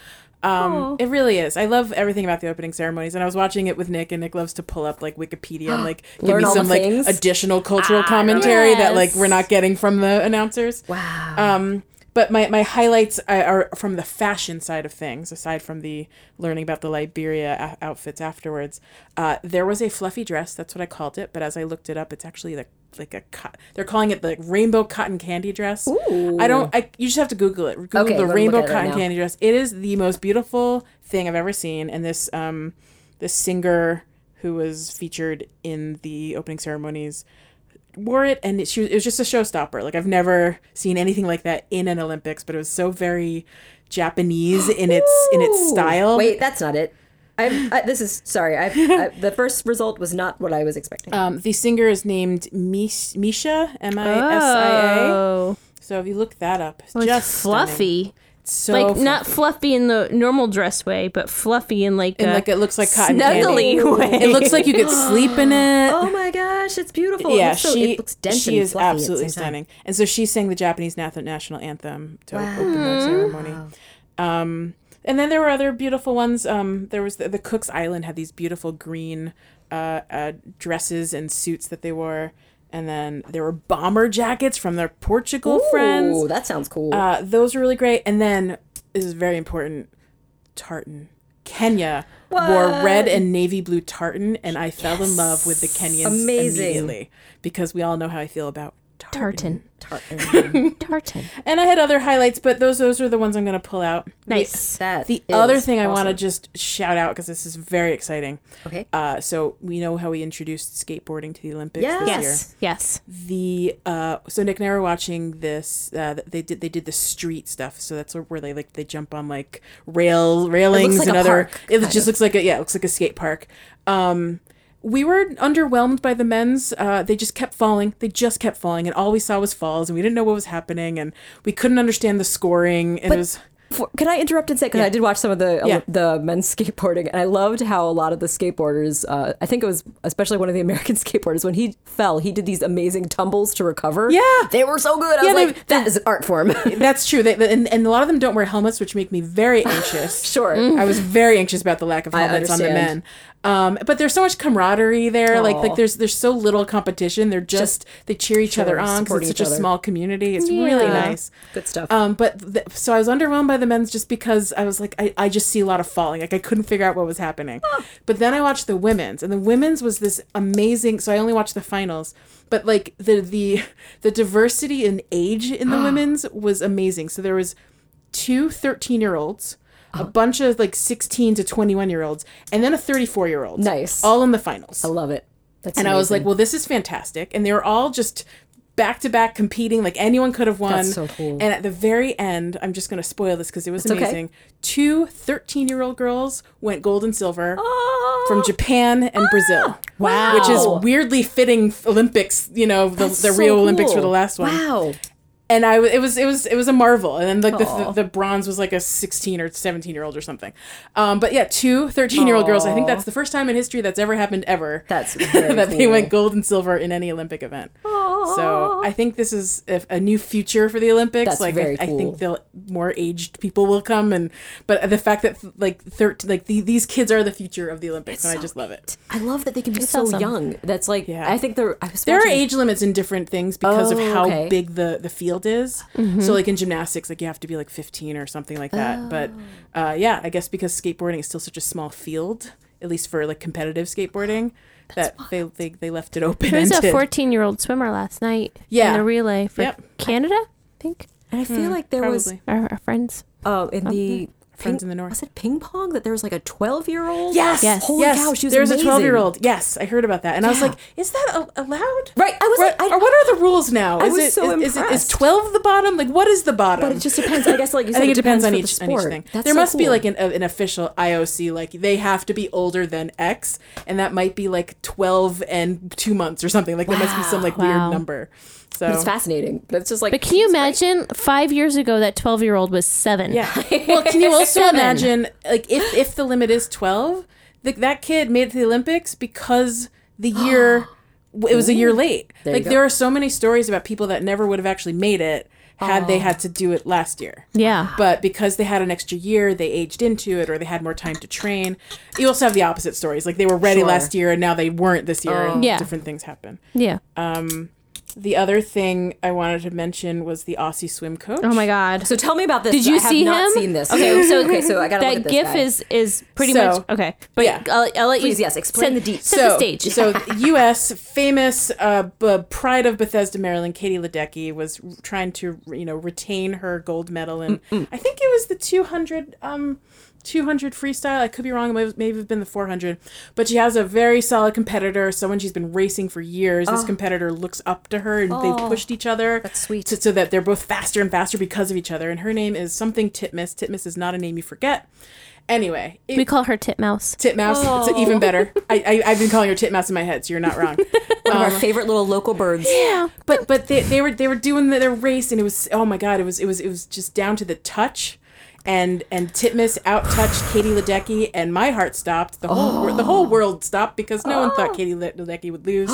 A: Um, it really is. I love everything about the opening ceremonies, and I was watching it with Nick, and Nick loves to pull up like Wikipedia and like give
C: Learn
A: me
C: all
A: some
C: the
A: like
C: things? Ah,
A: additional cultural commentary that like we're
B: Yes.
A: not getting from the announcers.
C: Wow.
A: Um, but my, my highlights are- are from the fashion side of things, aside from the learning about the Liberia o- outfits afterwards. Uh, there was a fluffy dress, that's what I called it, but as I looked it up, it's actually like like a co- they're calling it the rainbow cotton candy dress. I don't I you just have to google it. Google
C: Okay,
A: the
C: I'm gonna
A: rainbow
C: look at it right
A: cotton
C: now.
A: candy dress. It is the most beautiful thing I've ever seen and this um this singer who was featured in the opening ceremonies wore it and it, she was, it was just a showstopper like i've never seen anything like that in an olympics but it was so very japanese in its in its style
C: Wait, that's not it. I'm, I, this is sorry. I, I, the first result was not what I was expecting.
A: um, the singer is named Mis- misha m-i-s-i-a
B: Oh,
A: so if you look that up it's
B: Well, it's
A: just stunning.
B: fluffy.
A: so
B: like
A: fluffy.
B: not fluffy in the normal dress way, but fluffy in like
A: and
B: a
A: like it looks like cotton
B: snuggly
A: candy
B: way.
A: it looks like you could sleep in it
C: oh my gosh, it's beautiful.
A: yeah,
C: it looks so,
A: she,
C: it looks dense
A: she
C: and
A: is
C: fluffy at the
A: absolutely
C: same time.
A: stunning. And so she sang the Japanese nath- national anthem to open the ceremony. Um, and then there were other beautiful ones. Um, there was the, the Cook's Island had these beautiful green uh, uh, dresses and suits that they wore. And then there were bomber jackets from their Portugal friends.
C: Ooh, that sounds cool.
A: Uh, those were really great. And then this is very important tartan. Kenya wore red and navy blue tartan, and I fell in love with the Kenyans
C: Amazing.
A: immediately because we all know how I feel about tartan.
B: tartan. Tartan. tartan.
A: And I had other highlights, but those those are the ones I'm going to pull out.
B: Nice.
C: that
A: The
C: is
A: other thing I want to
C: awesome.
A: just shout out because this is very exciting.
C: Okay.
A: Uh, so we know how we introduced skateboarding to the Olympics
C: Yes.
A: this year
B: Yes. Yes.
A: the uh so nick and i were watching this uh they did they did the street stuff so that's where they like they jump on like rail railings
C: like
A: and
C: a
A: other
C: park,
A: it just looks like a yeah it looks like a skate park um we were underwhelmed by the men's uh they just kept falling they just kept falling and all we saw was falls and we didn't know what was happening and we couldn't understand the scoring and it was
C: For, can I interrupt and say? Because I did watch some of the
A: Yeah.
C: the men's skateboarding, and I loved how a lot of the skateboarders. Uh, I think it was especially one of the American skateboarders when he fell. He did these amazing tumbles to recover.
A: Yeah.
C: they were so good. I
A: Yeah,
C: was
A: they-
C: like, that is an art form.
A: that's true they, and, and a lot of them don't wear helmets which make me very anxious
C: sure.
A: I was very anxious about the lack of
C: I
A: helmets on the men.
C: understand.
A: Um, but there's so much camaraderie there. Like
C: Aw.
A: like there's there's so little competition. They're just, they cheer each other
C: sure,
A: on because
C: supporting
A: it's such
C: each
A: a
C: other.
A: small community. It's really
B: Yeah.
A: nice.
C: Good stuff.
A: Um, but th- so I was underwhelmed by the men's just because I was like I, I just see a lot of falling. Like I couldn't figure out what was happening. But then I watched the women's and the women's was this amazing. So I only watched the finals. But like the the the diversity in age in the women's was amazing. So there was two 13 year olds, a bunch of like 16 to 21 year olds, and then a 34 year old.
C: Nice.
A: All in the finals.
C: I love it. That's
A: and I was
C: amazing.
A: like, well, this is fantastic. And they were all just back to back competing. Like anyone could have won.
C: That's so cool.
A: And at the very end, I'm just going to spoil this because it was
C: okay.
A: amazing. Two 13 year old girls went gold and silver
C: Oh. Ah,
A: from Japan and Brazil.
C: Wow.
A: Which is weirdly fitting Olympics, you know, the, the Rio Olympics were the last one
C: Wow.
A: and I w- it was it was it was a marvel and then like the, the, the bronze was like a 16 or 17 year old or something um but yeah two 13 year old girls I think that's the first time in history that's ever happened ever
C: That's very
A: that they
C: cool.
A: went gold and silver in any Olympic event so I think this is if a new future for the Olympics
C: That's
A: like
C: very
A: I, I
C: cool.
A: think they'll more aged people will come and but the fact that like 13 like the, these kids are the future of the Olympics and I just love it
C: I love that they can be so
B: awesome.
C: young. That's like
A: Yeah.
C: I think there. I was
A: there are
C: watching-
A: age limits in different things because of
C: Oh,
A: how
C: okay. Mm-hmm.
A: big the the field is so like in gymnastics like you have to be like 15 or something like that but
C: Oh.
A: uh, yeah i guess because skateboarding is still such a small field at least for like competitive skateboarding that they, they they left it open
B: There was a
A: ended.
B: 14 year old swimmer last night
A: Yeah.
B: in the relay for
A: Yep.
B: Canada, I think.
C: And I feel like there was
A: Mm, probably.
B: Our, our friends.
C: uh, in the
A: Friends
C: Ping-
A: in the North.
C: Was it ping pong that there was like a 12 year old?
A: Yes.
B: Yes.
C: Holy
A: yes.
C: cow, she was
A: There's a
C: amazing.
A: 12 year old. Yes, I heard about that. And I was
C: Yeah.
A: like, is that a- allowed?
C: Right, I was
A: Or,
C: like, I-
A: or what are the rules now?
C: I
A: is
C: was
A: it, is,
C: so
A: is it- is
C: impressed.
A: 12 the bottom? Like, what is the bottom?
C: But it just depends. I guess, like you
A: I
C: said,
A: think
C: it
A: it depends, on, each,
C: for
A: on
C: the
A: each
C: sport.
A: thing.
C: That's
A: there
C: so
A: must be
C: cool.
A: like an, a- an official IOC, like they have to be older than X, and that might be like 12 and two months or something. Like there must be some like
B: Wow.
A: weird number. So
C: It's fascinating. But it's just like.
B: But can you imagine five years ago that 12 year old was seven?
A: Yeah. Well, can you also imagine, like, if if the limit is twelve, th that kid made it to the Olympics because the year it was a year late.
C: There you
A: like,
C: go.
A: there are so many stories about people that never would have actually made it had
C: Oh.
A: they had to do it last year.
B: Yeah.
A: But because they had an extra year, they aged into it, or they had more time to train. You also have the opposite stories, like they were ready
C: Sure.
A: last year and now they weren't this year, and
B: Oh. Yeah.
A: different things happen.
B: Yeah.
A: The other thing I wanted to mention was the Aussie swim coach.
B: oh my God.
C: So tell me about this.
B: Did you
C: I have
B: see
C: not
B: him?
C: Seen this? Okay, so okay, so I gotta look
B: that
C: at this
B: gif
C: guy.
B: is is pretty
A: So-
B: much okay. But
A: Yeah.
B: I'll, I'll let
C: Please,
B: you
C: yes, explain
B: set
C: the deets.
B: Set the stage.
A: so U.S. famous uh, b- pride of Bethesda, Maryland, Katie Ledecky was r- trying to you know retain her gold medal, and I think it was the 200. Um, 200 freestyle. I could be wrong. It may- Maybe have been the 400, but she has a very solid competitor. Someone she's been racing for years. This competitor looks up to her, and they've pushed each other. That's
C: sweet.
A: So, so that they're both faster and faster because of each other. And her name is something Titmus. Titmus is not a name you forget. Anyway, it-
B: we call her Titmouse.
A: Titmouse. It's even better. I, I I've been calling her Titmouse in my head, so you're not wrong.
C: one of our favorite little local birds.
A: yeah, but but they, they were they were doing their race, and it was oh my god, it was it was it was just down to the touch. And and Titmus out touched Katie Ledecky, and my heart stopped. The whole wor- the whole world stopped because no one
B: Oh.
A: thought Katie Le- Ledecky would lose.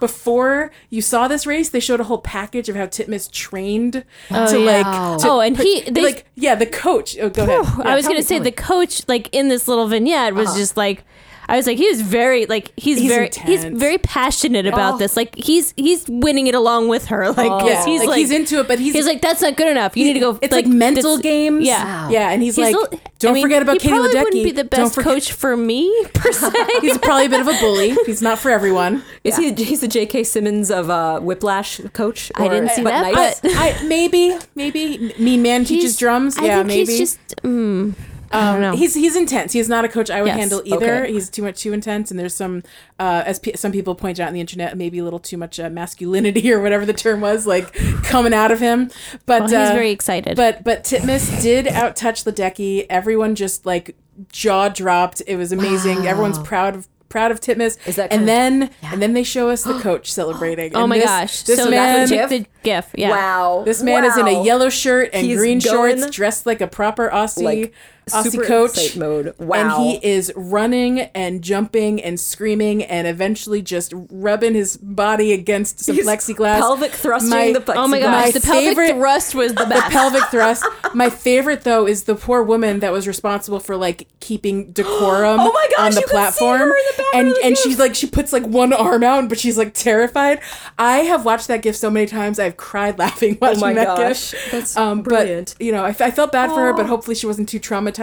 A: Before you saw this race, they showed a whole package of how Titmus trained to like to,
B: oh, and he they,
A: like yeah the coach. Oh, go ahead. Yeah,
B: I was
A: tell
B: gonna
A: me.
B: say the coach like in this little vignette was just like. I was like, he is very like he's,
A: He's
B: very he's
A: intense. Oh.
B: very passionate about this. Like he's he's winning it along with her. Like 'cause
A: Yeah,
B: oh, he's
A: like,
B: like,
A: he's into it, but he's
B: he's like that's not good enough. You need to go.
A: It's like, mental
B: this-
A: games.
B: Yeah.
A: yeah, and he's,
B: He's
A: like,
B: a-
A: don't
B: I mean,
A: forget about
B: he
A: Katie
B: probably
A: Ledecky.
B: wouldn't be the
A: Don't
B: best
A: forget-
B: coach for me per se.
A: He's probably a bit of a bully. He's not for everyone.
C: Is he? He's the J.K. Simmons of uh, Whiplash coach.
B: I didn't
C: or-
B: see
C: but
B: that,
C: nice?
B: but-
A: I maybe maybe mean man teaches
B: He's-
A: drums.
B: I
A: yeah,
B: think
A: maybe. Um, Oh.
B: he's just. Mm, I don't know.
A: He's he's intense. He's not a coach I would
B: Yes,
A: handle either.
C: okay.
A: He's too much too intense, and there's some, uh, as p- some people point out on the internet, maybe a little too much uh, masculinity or whatever the term was, like coming out of him. But
B: Well, he's
A: uh,
B: very excited.
A: But but Titmus did outtouch Ledecky. Everyone just like jaw dropped. It was amazing. Everyone's proud of. Proud of Titmus,
C: Is that
A: and
C: kind
A: then and then they show us the coach celebrating.
B: oh
A: And
B: my
A: this-
B: gosh!
A: this
B: so
A: man,
B: that's the gif. The gif. Yeah.
C: Wow.
A: this man is in a
C: Wow.
A: yellow shirt and
C: He's
A: green
C: going
A: shorts, dressed like a proper Aussie,
C: like super
A: Aussie coach.
C: excite mode. Wow.
A: And he is running and jumping and screaming and eventually just rubbing his body against some
C: He's
A: plexiglass.
C: pelvic thrusting the plexiglass.
B: Oh my gosh!
A: My
B: the pelvic
A: favorite-
B: thrust was the
A: the
B: best.
A: pelvic thrust. My favorite though is the poor woman that was responsible for like keeping decorum
C: Oh my gosh,
A: on the
C: you can see
A: platform,
C: her in the background
A: and
C: of the
A: and
C: gif.
A: she's like she puts like one arm out, but she's like terrified. I have watched that gif so many times. I've cried laughing watching
C: Oh my
A: that
C: gosh,
A: gif. Um,
C: that's
A: but
C: brilliant.
A: you know, I, f- I felt bad for her, but hopefully she wasn't too traumatized.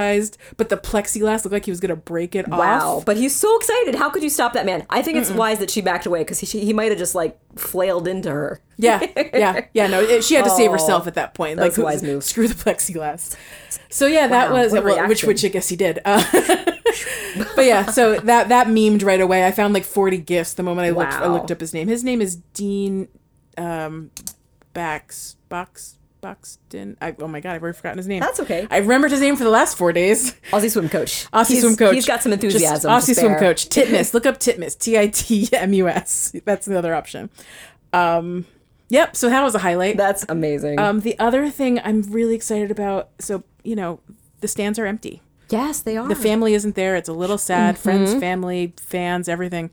A: But the plexiglass looked like he was gonna break it
C: Wow.
A: off.
C: But he's so excited. How could you stop that man? I think it's wise that she backed away because he, he might have just like flailed into her.
A: Yeah, yeah, yeah. No, it, she had to save herself at that point.
C: that's
A: like,
C: a wise move.
A: Screw the plexiglass. So yeah, that
C: Wow,
A: was
C: what a
A: well, which
C: reaction.
A: which I guess he did. Uh, but yeah, so that that memed right away. I found like forty gifts the moment I looked. I
C: Wow.
A: looked up his name. His name is Dean, um, Bax Box Boxton. I, oh my god, I've already forgotten his name.
C: That's okay.
A: I remembered his name for the last four days.
C: Aussie swim coach.
A: Aussie
C: He's-
A: swim coach.
C: He's got some
A: Just
C: enthusiasm. to
A: Aussie swim
C: spare.
A: coach. Titmus. Look up Titmus. T I T M U S. That's another option. Um, yep. So that was a highlight.
C: That's amazing.
A: Um, the other thing I'm really excited about, so you know, the stands are empty.
C: yes, they are.
A: The family isn't there. It's a little sad.
C: Mm-hmm.
A: Friends, family, fans, everything.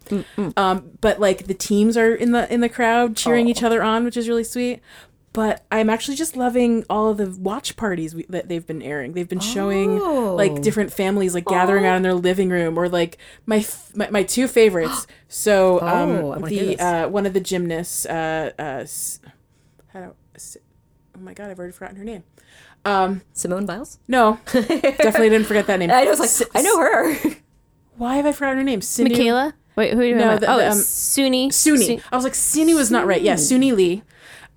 A: Um, but like the teams are in the in the crowd
C: Oh.
A: cheering each other on, which is really sweet. But I'm actually just loving all of the watch parties we, that they've been airing. They've been showing
C: Oh.
A: like different families like gathering out in their living room, or like my f- my, my two favorites. So um,
C: Oh, I wanna hear
A: the
C: this.
A: uh, one of the gymnasts, uh, uh, s- how do, s- oh my god, I've already forgotten her name.
C: Simone Biles.
A: No, definitely didn't forget that name.
C: I was like, I know her.
A: Why have I forgotten her name? Sinu.
B: Michaela. Wait, who do you
A: No,
B: have?
A: the-
B: oh,
A: the, um,
B: Suni.
A: Suni.
B: Sun-
A: I was like, Suni was not right. Yeah, Suni Lee.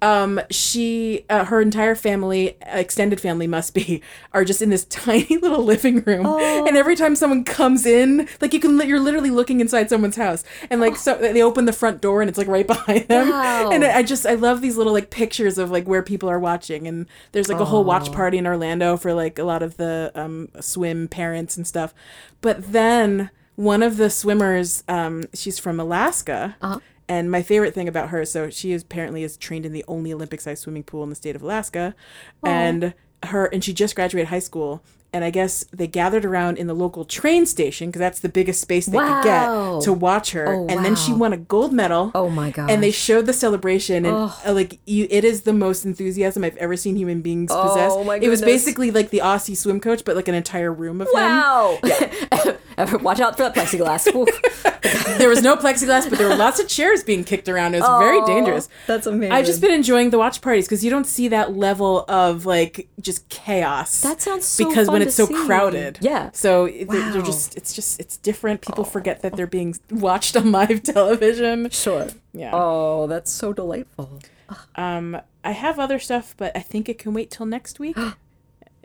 A: um, she, uh, her entire family, uh, extended family must be, are just in this tiny little living room. And every time someone comes in, like you can, li- you're literally looking inside someone's house, and like so they open the front door and it's like right behind them. And I I just, I love these little like pictures of like where people are watching, and there's like a whole watch party in Orlando for like a lot of the um, swim parents and stuff. But then one of the swimmers, um, she's from Alaska. And my favorite thing about her, so she is apparently is trained in the only Olympic-sized swimming pool in the state of Alaska, and her and she just graduated high school. And I guess they gathered around in the local train station because that's the biggest space they could
C: Wow.
A: get to watch her. and then she won a gold medal.
C: Oh my
A: god! And they showed the celebration, and uh, like you, it is the most enthusiasm I've ever seen human beings possess.
C: Oh my
A: it was
C: goodness.
A: basically like the Aussie swim coach, but like an entire room of them.
C: Wow. Watch out for that plexiglass. Oof.
A: there was no plexiglass, but there were lots of chairs being kicked around. It was very dangerous.
E: that's amazing.
A: I've just been enjoying the watch parties because you don't see that level of like just chaos.
C: That sounds so
A: because
C: fun
A: when
C: to
A: it's so
C: see.
A: crowded.
C: Yeah. Oh.
A: So it- they're, they're just it's just it's different. People forget that they're being watched on live television.
C: sure.
A: Yeah.
C: Oh, that's so delightful. Oh.
A: Um, I have other stuff, but I think it can wait till next week.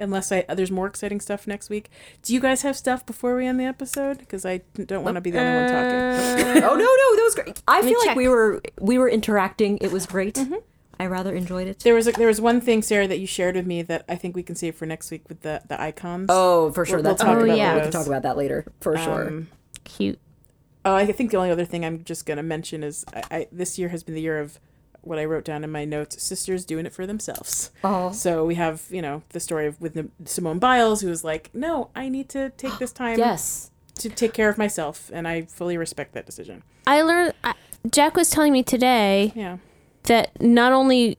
A: Unless I there's more exciting stuff next week. Do you guys have stuff before we end the episode? Because I don't want to be the only one talking.
C: oh no, no, that was great.
E: I feel
D: check.
E: like we were we were interacting. It was great.
C: Mm-hmm.
E: I rather enjoyed it.
A: There was a, there was one thing, Sarah, that you shared with me that I think we can save for next week with the the icons.
C: Oh, for sure.
A: We'll-
C: that's
A: we'll talk
C: great.
B: about Oh, yeah.
C: We can talk about that later Um, for sure.
B: Cute.
A: Oh, I think the only other thing I'm just gonna mention is I, I this year has been the year of what I wrote down in my notes: sisters doing it for themselves. Oh, so we have you know the story of with the, Simone Biles, who was like, "No, I need to take this time
C: Yes.
A: to take care of myself," and I fully respect that decision.
B: I learned. I, Jack was telling me today
A: Yeah,
B: that not only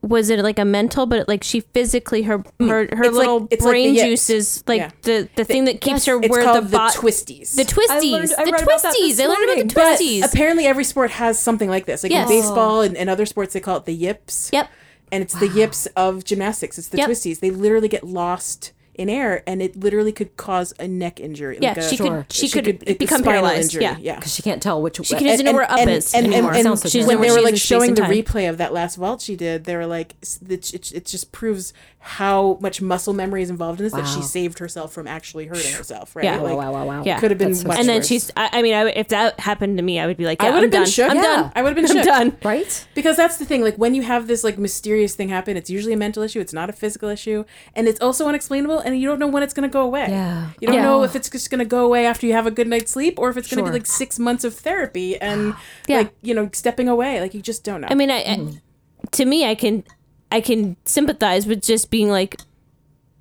B: was it like a mental, but like she physically her her, her
A: Mm, It's like-
B: little
A: it's like
B: brain
A: the- yeah,
B: juice is like
A: yeah.
B: the the thing that keeps her
A: it's
B: where the
A: called the,
B: bot.
A: twisties.
B: the twisties,
C: learned- I
B: the
C: read about that
B: twisties.
C: this
B: I learned about the
A: but
B: twisties.
A: apparently every sport has something like this. Like
B: Yes.
A: in baseball and, and other sports, they call it the yips.
B: Yep.
A: and it's the yips of gymnastics. It's the
B: Yep.
A: twisties. They literally get lost in air, and it literally could cause a neck injury.
B: Yeah,
A: like a-
B: she could she,
A: she
B: could,
A: could- it's a
B: become
A: spinal
B: paralyzed.
A: injury,
B: Yeah.
A: yeah.
C: Because she can't tell which
B: She doesn't know where up is anymore.
A: And,
C: Sounds like
B: she doesn't
A: when
B: know where
A: they were
B: she is
A: like
B: in space
A: showing
B: and
A: the
B: time.
A: replay of that last vault she did, they were like, s- it, it, it just proves how much muscle memory is involved in this that she
C: Wow.
A: saved herself from actually hurting herself. Right?
B: Yeah.
A: Like,
C: wow, wow, wow.
B: Yeah.
A: Could have been
C: That's so
A: much
B: and then
A: worse.
B: she's. I, I mean, I would- if that happened to me, I would be like, yeah,
A: I would
B: I'm
A: have been
B: done.
A: shook.
B: I'm
A: Yeah.
B: done.
A: I would have been
B: I'm
A: shook.
B: done.
C: Right?
A: Because that's the thing, like when you have this like mysterious thing happen, it's usually a mental issue, it's not a physical issue, and it's also unexplainable and you don't know when it's gonna go away.
C: Yeah.
A: You don't
B: Yeah.
A: know if it's just gonna go away after you have a good night's sleep or if it's gonna
C: Sure.
A: be like six months of therapy and
B: Yeah.
A: like, you know, stepping away. Like you just don't know.
B: I mean, I, I-
A: Hmm.
B: to me, I can, I can sympathize with just being like,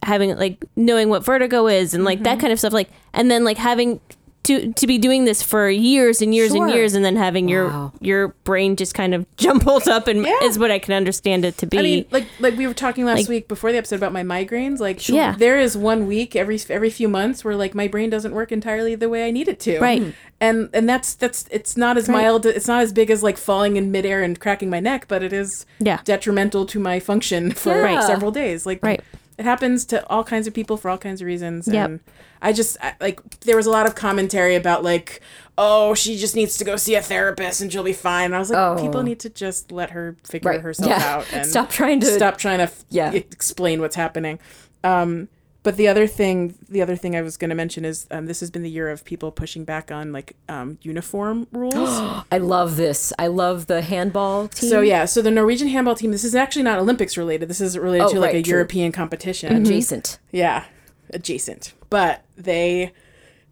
B: having like knowing what vertigo is and like
A: Mm-hmm.
B: that kind of stuff, like, and then like having to to be doing this for years and years and
C: Sure.
B: years, and then having
C: Wow.
B: your your brain just kind of jumbled up, and
A: Yeah.
B: is what I can understand it to be.
A: I mean, like like we were talking last
B: Like-
A: week before the episode about my migraines. Like,
B: Yeah.
A: there is one week every every few months where like my brain doesn't work entirely the way I need it to.
B: Right. Mhm.
A: And and that's that's it's not as mild. It's not as big as like falling in midair and cracking my neck, but it is
B: Yeah.
A: detrimental to my function for
B: Yeah. Right.
A: several days. Like
B: Right.
A: It happens to all kinds of people for all kinds of reasons.
B: Yep.
A: And I just I, like there was a lot of commentary about like, oh, she just needs to go see a therapist and she'll be fine. And I was like,
C: Oh.
A: people need to just let her figure
C: Right.
A: herself
C: Yeah.
A: out and
C: Stop trying to-
A: stop trying to f- e,
C: Yeah.
A: explain what's happening. Um, but the other thing, the other thing I was going to mention is um, this has been the year of people pushing back on like um, uniform rules.
C: I love this. I love the handball team.
A: so yeah, so the Norwegian handball team. This is actually not Olympics related. This is related
C: Oh,
A: to like
C: right,
A: a
C: true.
A: European competition.
C: Mm-hmm. adjacent.
A: Yeah, adjacent. But they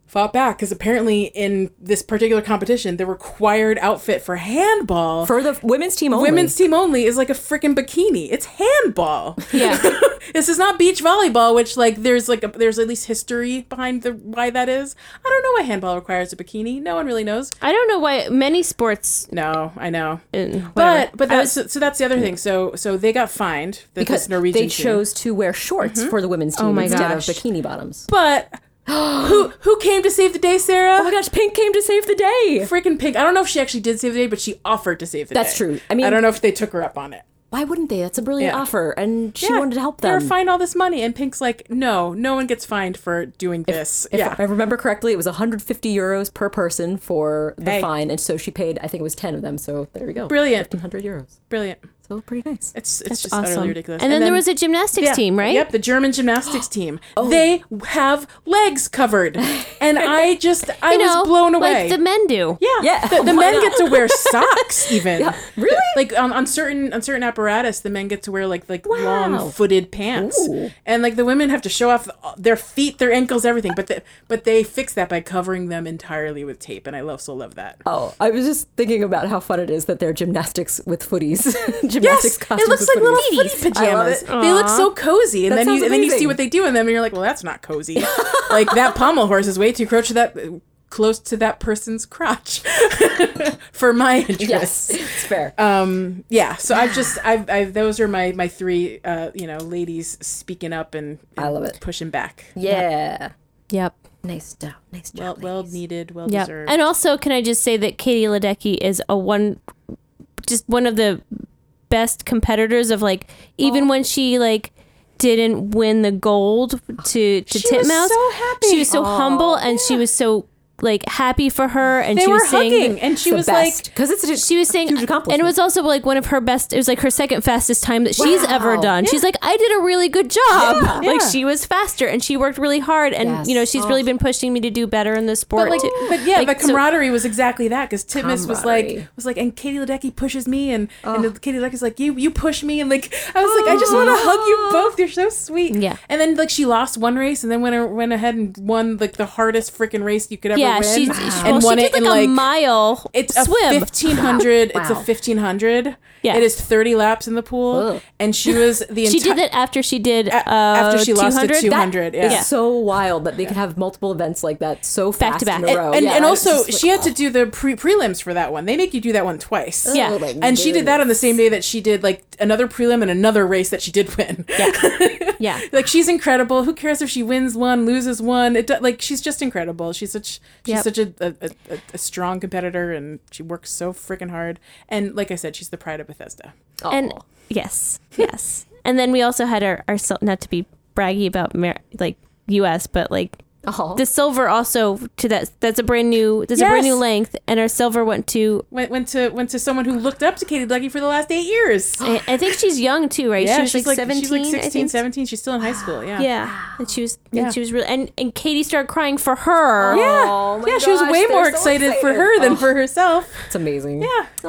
A: fought back because apparently in this particular competition, the required outfit for handball
C: For the women's team only.
A: women's team only is like a freaking bikini. It's handball.
B: Yeah.
A: this is not beach volleyball, which like there's like a, there's at least history behind the why that is. I don't know why handball requires a bikini. No one really knows.
B: I don't know why many sports,
A: No, I know.
B: and whatever.
A: But but that's so, so that's the other thing. So so they got fined that
C: because
A: this Norwegian
C: they
A: team-
C: chose to wear shorts for the women's team
B: my
C: instead
B: gosh.
C: of bikini bottoms.
A: But who who came to save the day, Sarah?
C: Oh my gosh, Pink came to save the day.
A: freaking pink. I don't know if she actually did save the day, but she offered to save the
C: That's
A: day.
C: true. I mean-
A: I don't know if they took her up on it.
C: Why wouldn't they? That's a brilliant
A: Yeah.
C: offer, and she
A: Yeah,
C: wanted to help
A: They
C: them.
A: were fined all this money, and Pink's like, no, no one gets fined for doing this.
C: If
A: yeah.
C: I remember correctly, it was 150 euros per person for the
A: Hey.
C: fine, and so she paid. I think it was 10 of them. So there we go.
A: Brilliant.
C: 100 euros.
A: Brilliant.
C: So pretty nice.
A: It's it's
B: That's
A: just
B: awesome.
A: utterly ridiculous.
B: And, then, there was a gymnastics team, right? Oh.
A: Yep, the German gymnastics team. They have legs covered, and I just I
B: You know,
A: was blown away.
B: Like the men do.
A: yeah,
C: Yeah,
A: The, the men get to wear socks even.
C: really?
A: Like on, on certain on certain apparatus, the men get to wear like like long footed pants,
C: Ooh.
A: and like the women have to show off their feet, their ankles, everything. But the, but they fix that by covering them entirely with tape, and I love so love that.
C: Oh, I was just thinking about how fun it is that they're gymnastics with footies.
A: Yes,
C: gymnastics costumes.
A: it looks
C: with
A: like little
C: footies.
A: footy
C: I love
A: pajamas.
C: it.
A: They look so cozy, and
C: That
A: then you
C: sounds
A: and then you see
C: amazing.
A: what they do in them, and you're like, well, that's not cozy. like that pommel horse is way too close to that close to that person's crotch for my interest.
C: Yes, it's fair.
A: Um. Yeah. So I've just I've, I've those are my my three uh you know ladies speaking up and,
C: I love
A: and
C: it.
A: pushing back.
C: yeah.
B: Yep.
D: Nice job. Nice job.
A: Well, well needed, well
B: Yep.
A: deserved.
B: And also, can I just say that Katie Ledecky is a one, just one of the best competitors of like, even when she like didn't win the gold to to
A: She was
B: Titmouse,
A: so happy.
B: she was so humble and she was so like happy for her, and
A: they
B: she
A: were
B: was saying.
A: hugging, and she
C: The
A: was like,
C: best. because it's a,
B: She was saying,
C: Huge
B: and
C: accomplishment.
B: it was also like one of her best. It was like her second fastest time that she's ever done. She's like, I did a really good job. Like
A: yeah.
B: she was faster, and she worked really hard, and
C: Yes.
B: you know she's really been pushing me to do better in the sport.
A: But like,
B: too.
A: but yeah,
B: Like,
A: the
B: so-
A: camaraderie was exactly that because Titmus was like,
C: Camaraderie.
A: was like, and Katie Ledecky pushes me, and and Katie Ledecky's like, you you push me, and like, I was like, I just want to hug you both. You're so sweet.
B: Yeah.
A: And then like she lost one race, and then went went ahead and won like the hardest freaking race you could ever
B: yeah,
A: win.
B: she's
A: and
B: well,
A: won
B: she
A: it
B: did like
A: in
B: a
A: like.
B: mile
A: it's a
B: swim.
A: fifteen hundred. It's a
D: Wow.
A: fifteen hundred.
B: Yeah.
A: It is thirty laps in the pool, and she was the.
B: she did
A: enti-
B: that after she did uh,
A: A- after she lost to
B: 200.
A: 200,
C: It's
A: yeah.
C: so wild that they could have multiple events like that so fast
B: Back to back.
C: in a row.
A: and,
C: Yeah,
A: and
C: it's
A: also
C: just like-
A: she had to do the pre- prelims for that one. They make you do that one twice.
B: Yeah.
C: Oh my
A: and she did that on the same day that she did like another prelim and another race that she did win.
B: Yeah.
A: like she's incredible. Who cares if she wins one, loses one? It do- like she's just incredible. She's such she's
B: Yep.
A: such a, a, a, a strong competitor and she works so freaking hard. And like I said, she's the pride of Bethesda.
B: And yes, yes. and then we also had our, our sil- not to be braggy about Mer- like U.S., but like
C: Aw.
B: the silver also to that. That's a brand new. That's a brand new
A: Yes.
B: length, and our silver went to.
A: Went went to went to someone who looked up to Katie Lucky for the last eight years.
B: I, I think she's young too, right? she was
A: she's
B: like, seventeen.
A: she's like
B: I
A: 16,
B: think.
A: 17. She's still in high school. Yeah.
B: Yeah, and she was.
A: Yeah.
B: And she was really. And and Katie started crying for her.
A: Yeah,
C: Oh my
A: yeah she was
C: gosh,
A: way
C: they're
A: more
C: so
A: excited, for
C: excited.
A: her than for herself.
C: It's amazing.
A: Yeah, because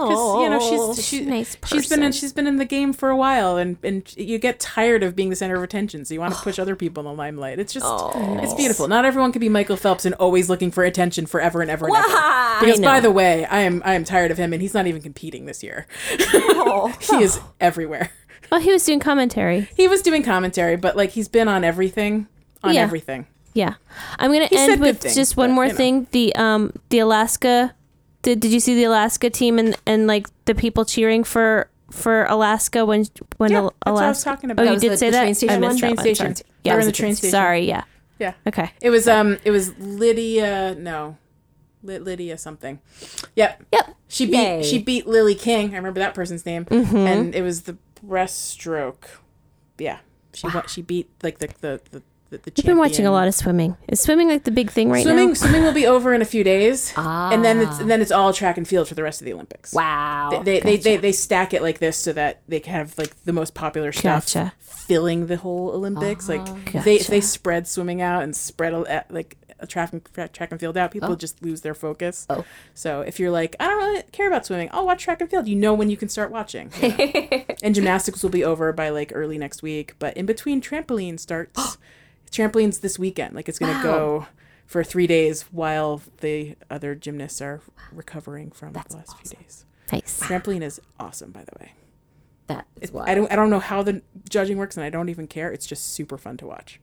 A: you know
B: Oh,
A: she's
B: she's a
A: she,
B: nice
A: she's been in,
B: person.
A: she's been in the game for a while, and and you get tired of being the center of attention, so you want to push other people in the limelight. It's just
C: Oh.
A: it's beautiful. Not everyone can be Michael Phelps and always looking for attention forever and ever and ever. Because by the way, I am I am tired of him, and he's not even competing this year.
C: Oh.
A: he is everywhere.
B: Oh, he was doing commentary.
A: He was doing commentary, but like he's been on everything, on
B: Yeah.
A: everything.
B: Yeah, I'm gonna
A: He said
B: end
A: good
B: with
A: things,
B: just one
A: but,
B: more
A: you know.
B: thing. The um the Alaska, did did you see the Alaska team and and like the people cheering for for Alaska when when
A: Yeah,
B: Al-
A: that's what I was
B: Alaska?
A: talking about.
B: Oh,
A: That
B: you
A: was
B: did
C: the-
B: say
C: the
B: that.
C: train station
B: I
A: one?
B: missed
A: Train
B: that one.
A: station.
B: Sorry.
A: They
B: Yeah,
A: were in the train station.
B: Sorry. Yeah.
A: Yeah.
B: Okay.
A: It was um it was Lydia no. Ly- Lydia something. Yep.
B: Yep.
A: She beat
C: Yay.
A: she beat Lily King. I remember that person's name.
B: Mm-hmm.
A: And it was the breaststroke. Yeah. She won, she beat like the the the, the, the
B: I've been watching a lot of swimming. Is swimming like the big thing right
A: swimming
B: now?
A: swimming will be over in a few days. And then
B: Ah.
A: it's and then it's all track and field for the rest of the Olympics.
C: Wow.
A: They, they, they, they, they stack it like this so that they can have like the most popular stuff
B: Gotcha.
A: filling the whole Olympics. Like they
B: Gotcha.
A: they spread swimming out and spread a, like a track and tra- track and field out. People just lose their focus. Oh. so if you're like I don't really care about swimming, I'll watch track and field. You know when you can start watching. you know. and gymnastics will be over by like early next week, but in between trampoline starts. trampolines this weekend. Like it's gonna go. For three days while the other gymnasts are recovering from the last few days.
B: Nice.
A: Trampoline is awesome, by the way.
C: That is
A: I
C: wild.
A: don't I don't know how the judging works, and I don't even care. It's just super fun to watch.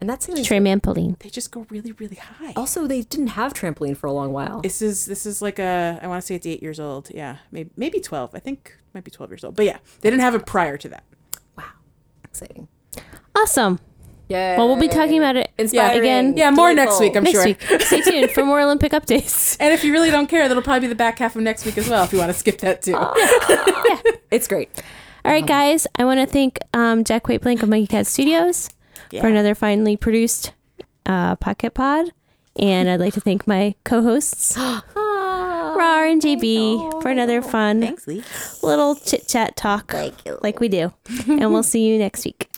C: And that's something.
B: Trampoline.
A: They just go really, really high.
B: Oh.
C: also, they didn't have trampoline for a long while.
A: This is this is like a I want to say it's eight years old. Yeah, maybe maybe twelve. I think it might be twelve years old. But yeah, they didn't have it prior to that.
C: wow. Exciting.
B: Awesome.
C: Yeah.
B: Well, we'll be talking about it
C: Inspiring.
B: again
A: Yeah, more next
C: Joyful.
A: week. I'm
B: next
A: sure.
B: week. Stay tuned for more Olympic updates.
A: And if you really don't care, that'll probably be the back half of next week as well. If you want to skip that too.
C: It's great.
B: All right, guys. I want to thank um, Jack White Blank of Monkey Cat Studios for another finely produced uh, Pocket Pod. And I'd like to thank my co hosts, Rar and JB, for another fun
D: Lee.
B: little chit chat talk like we do. and we'll see you next week.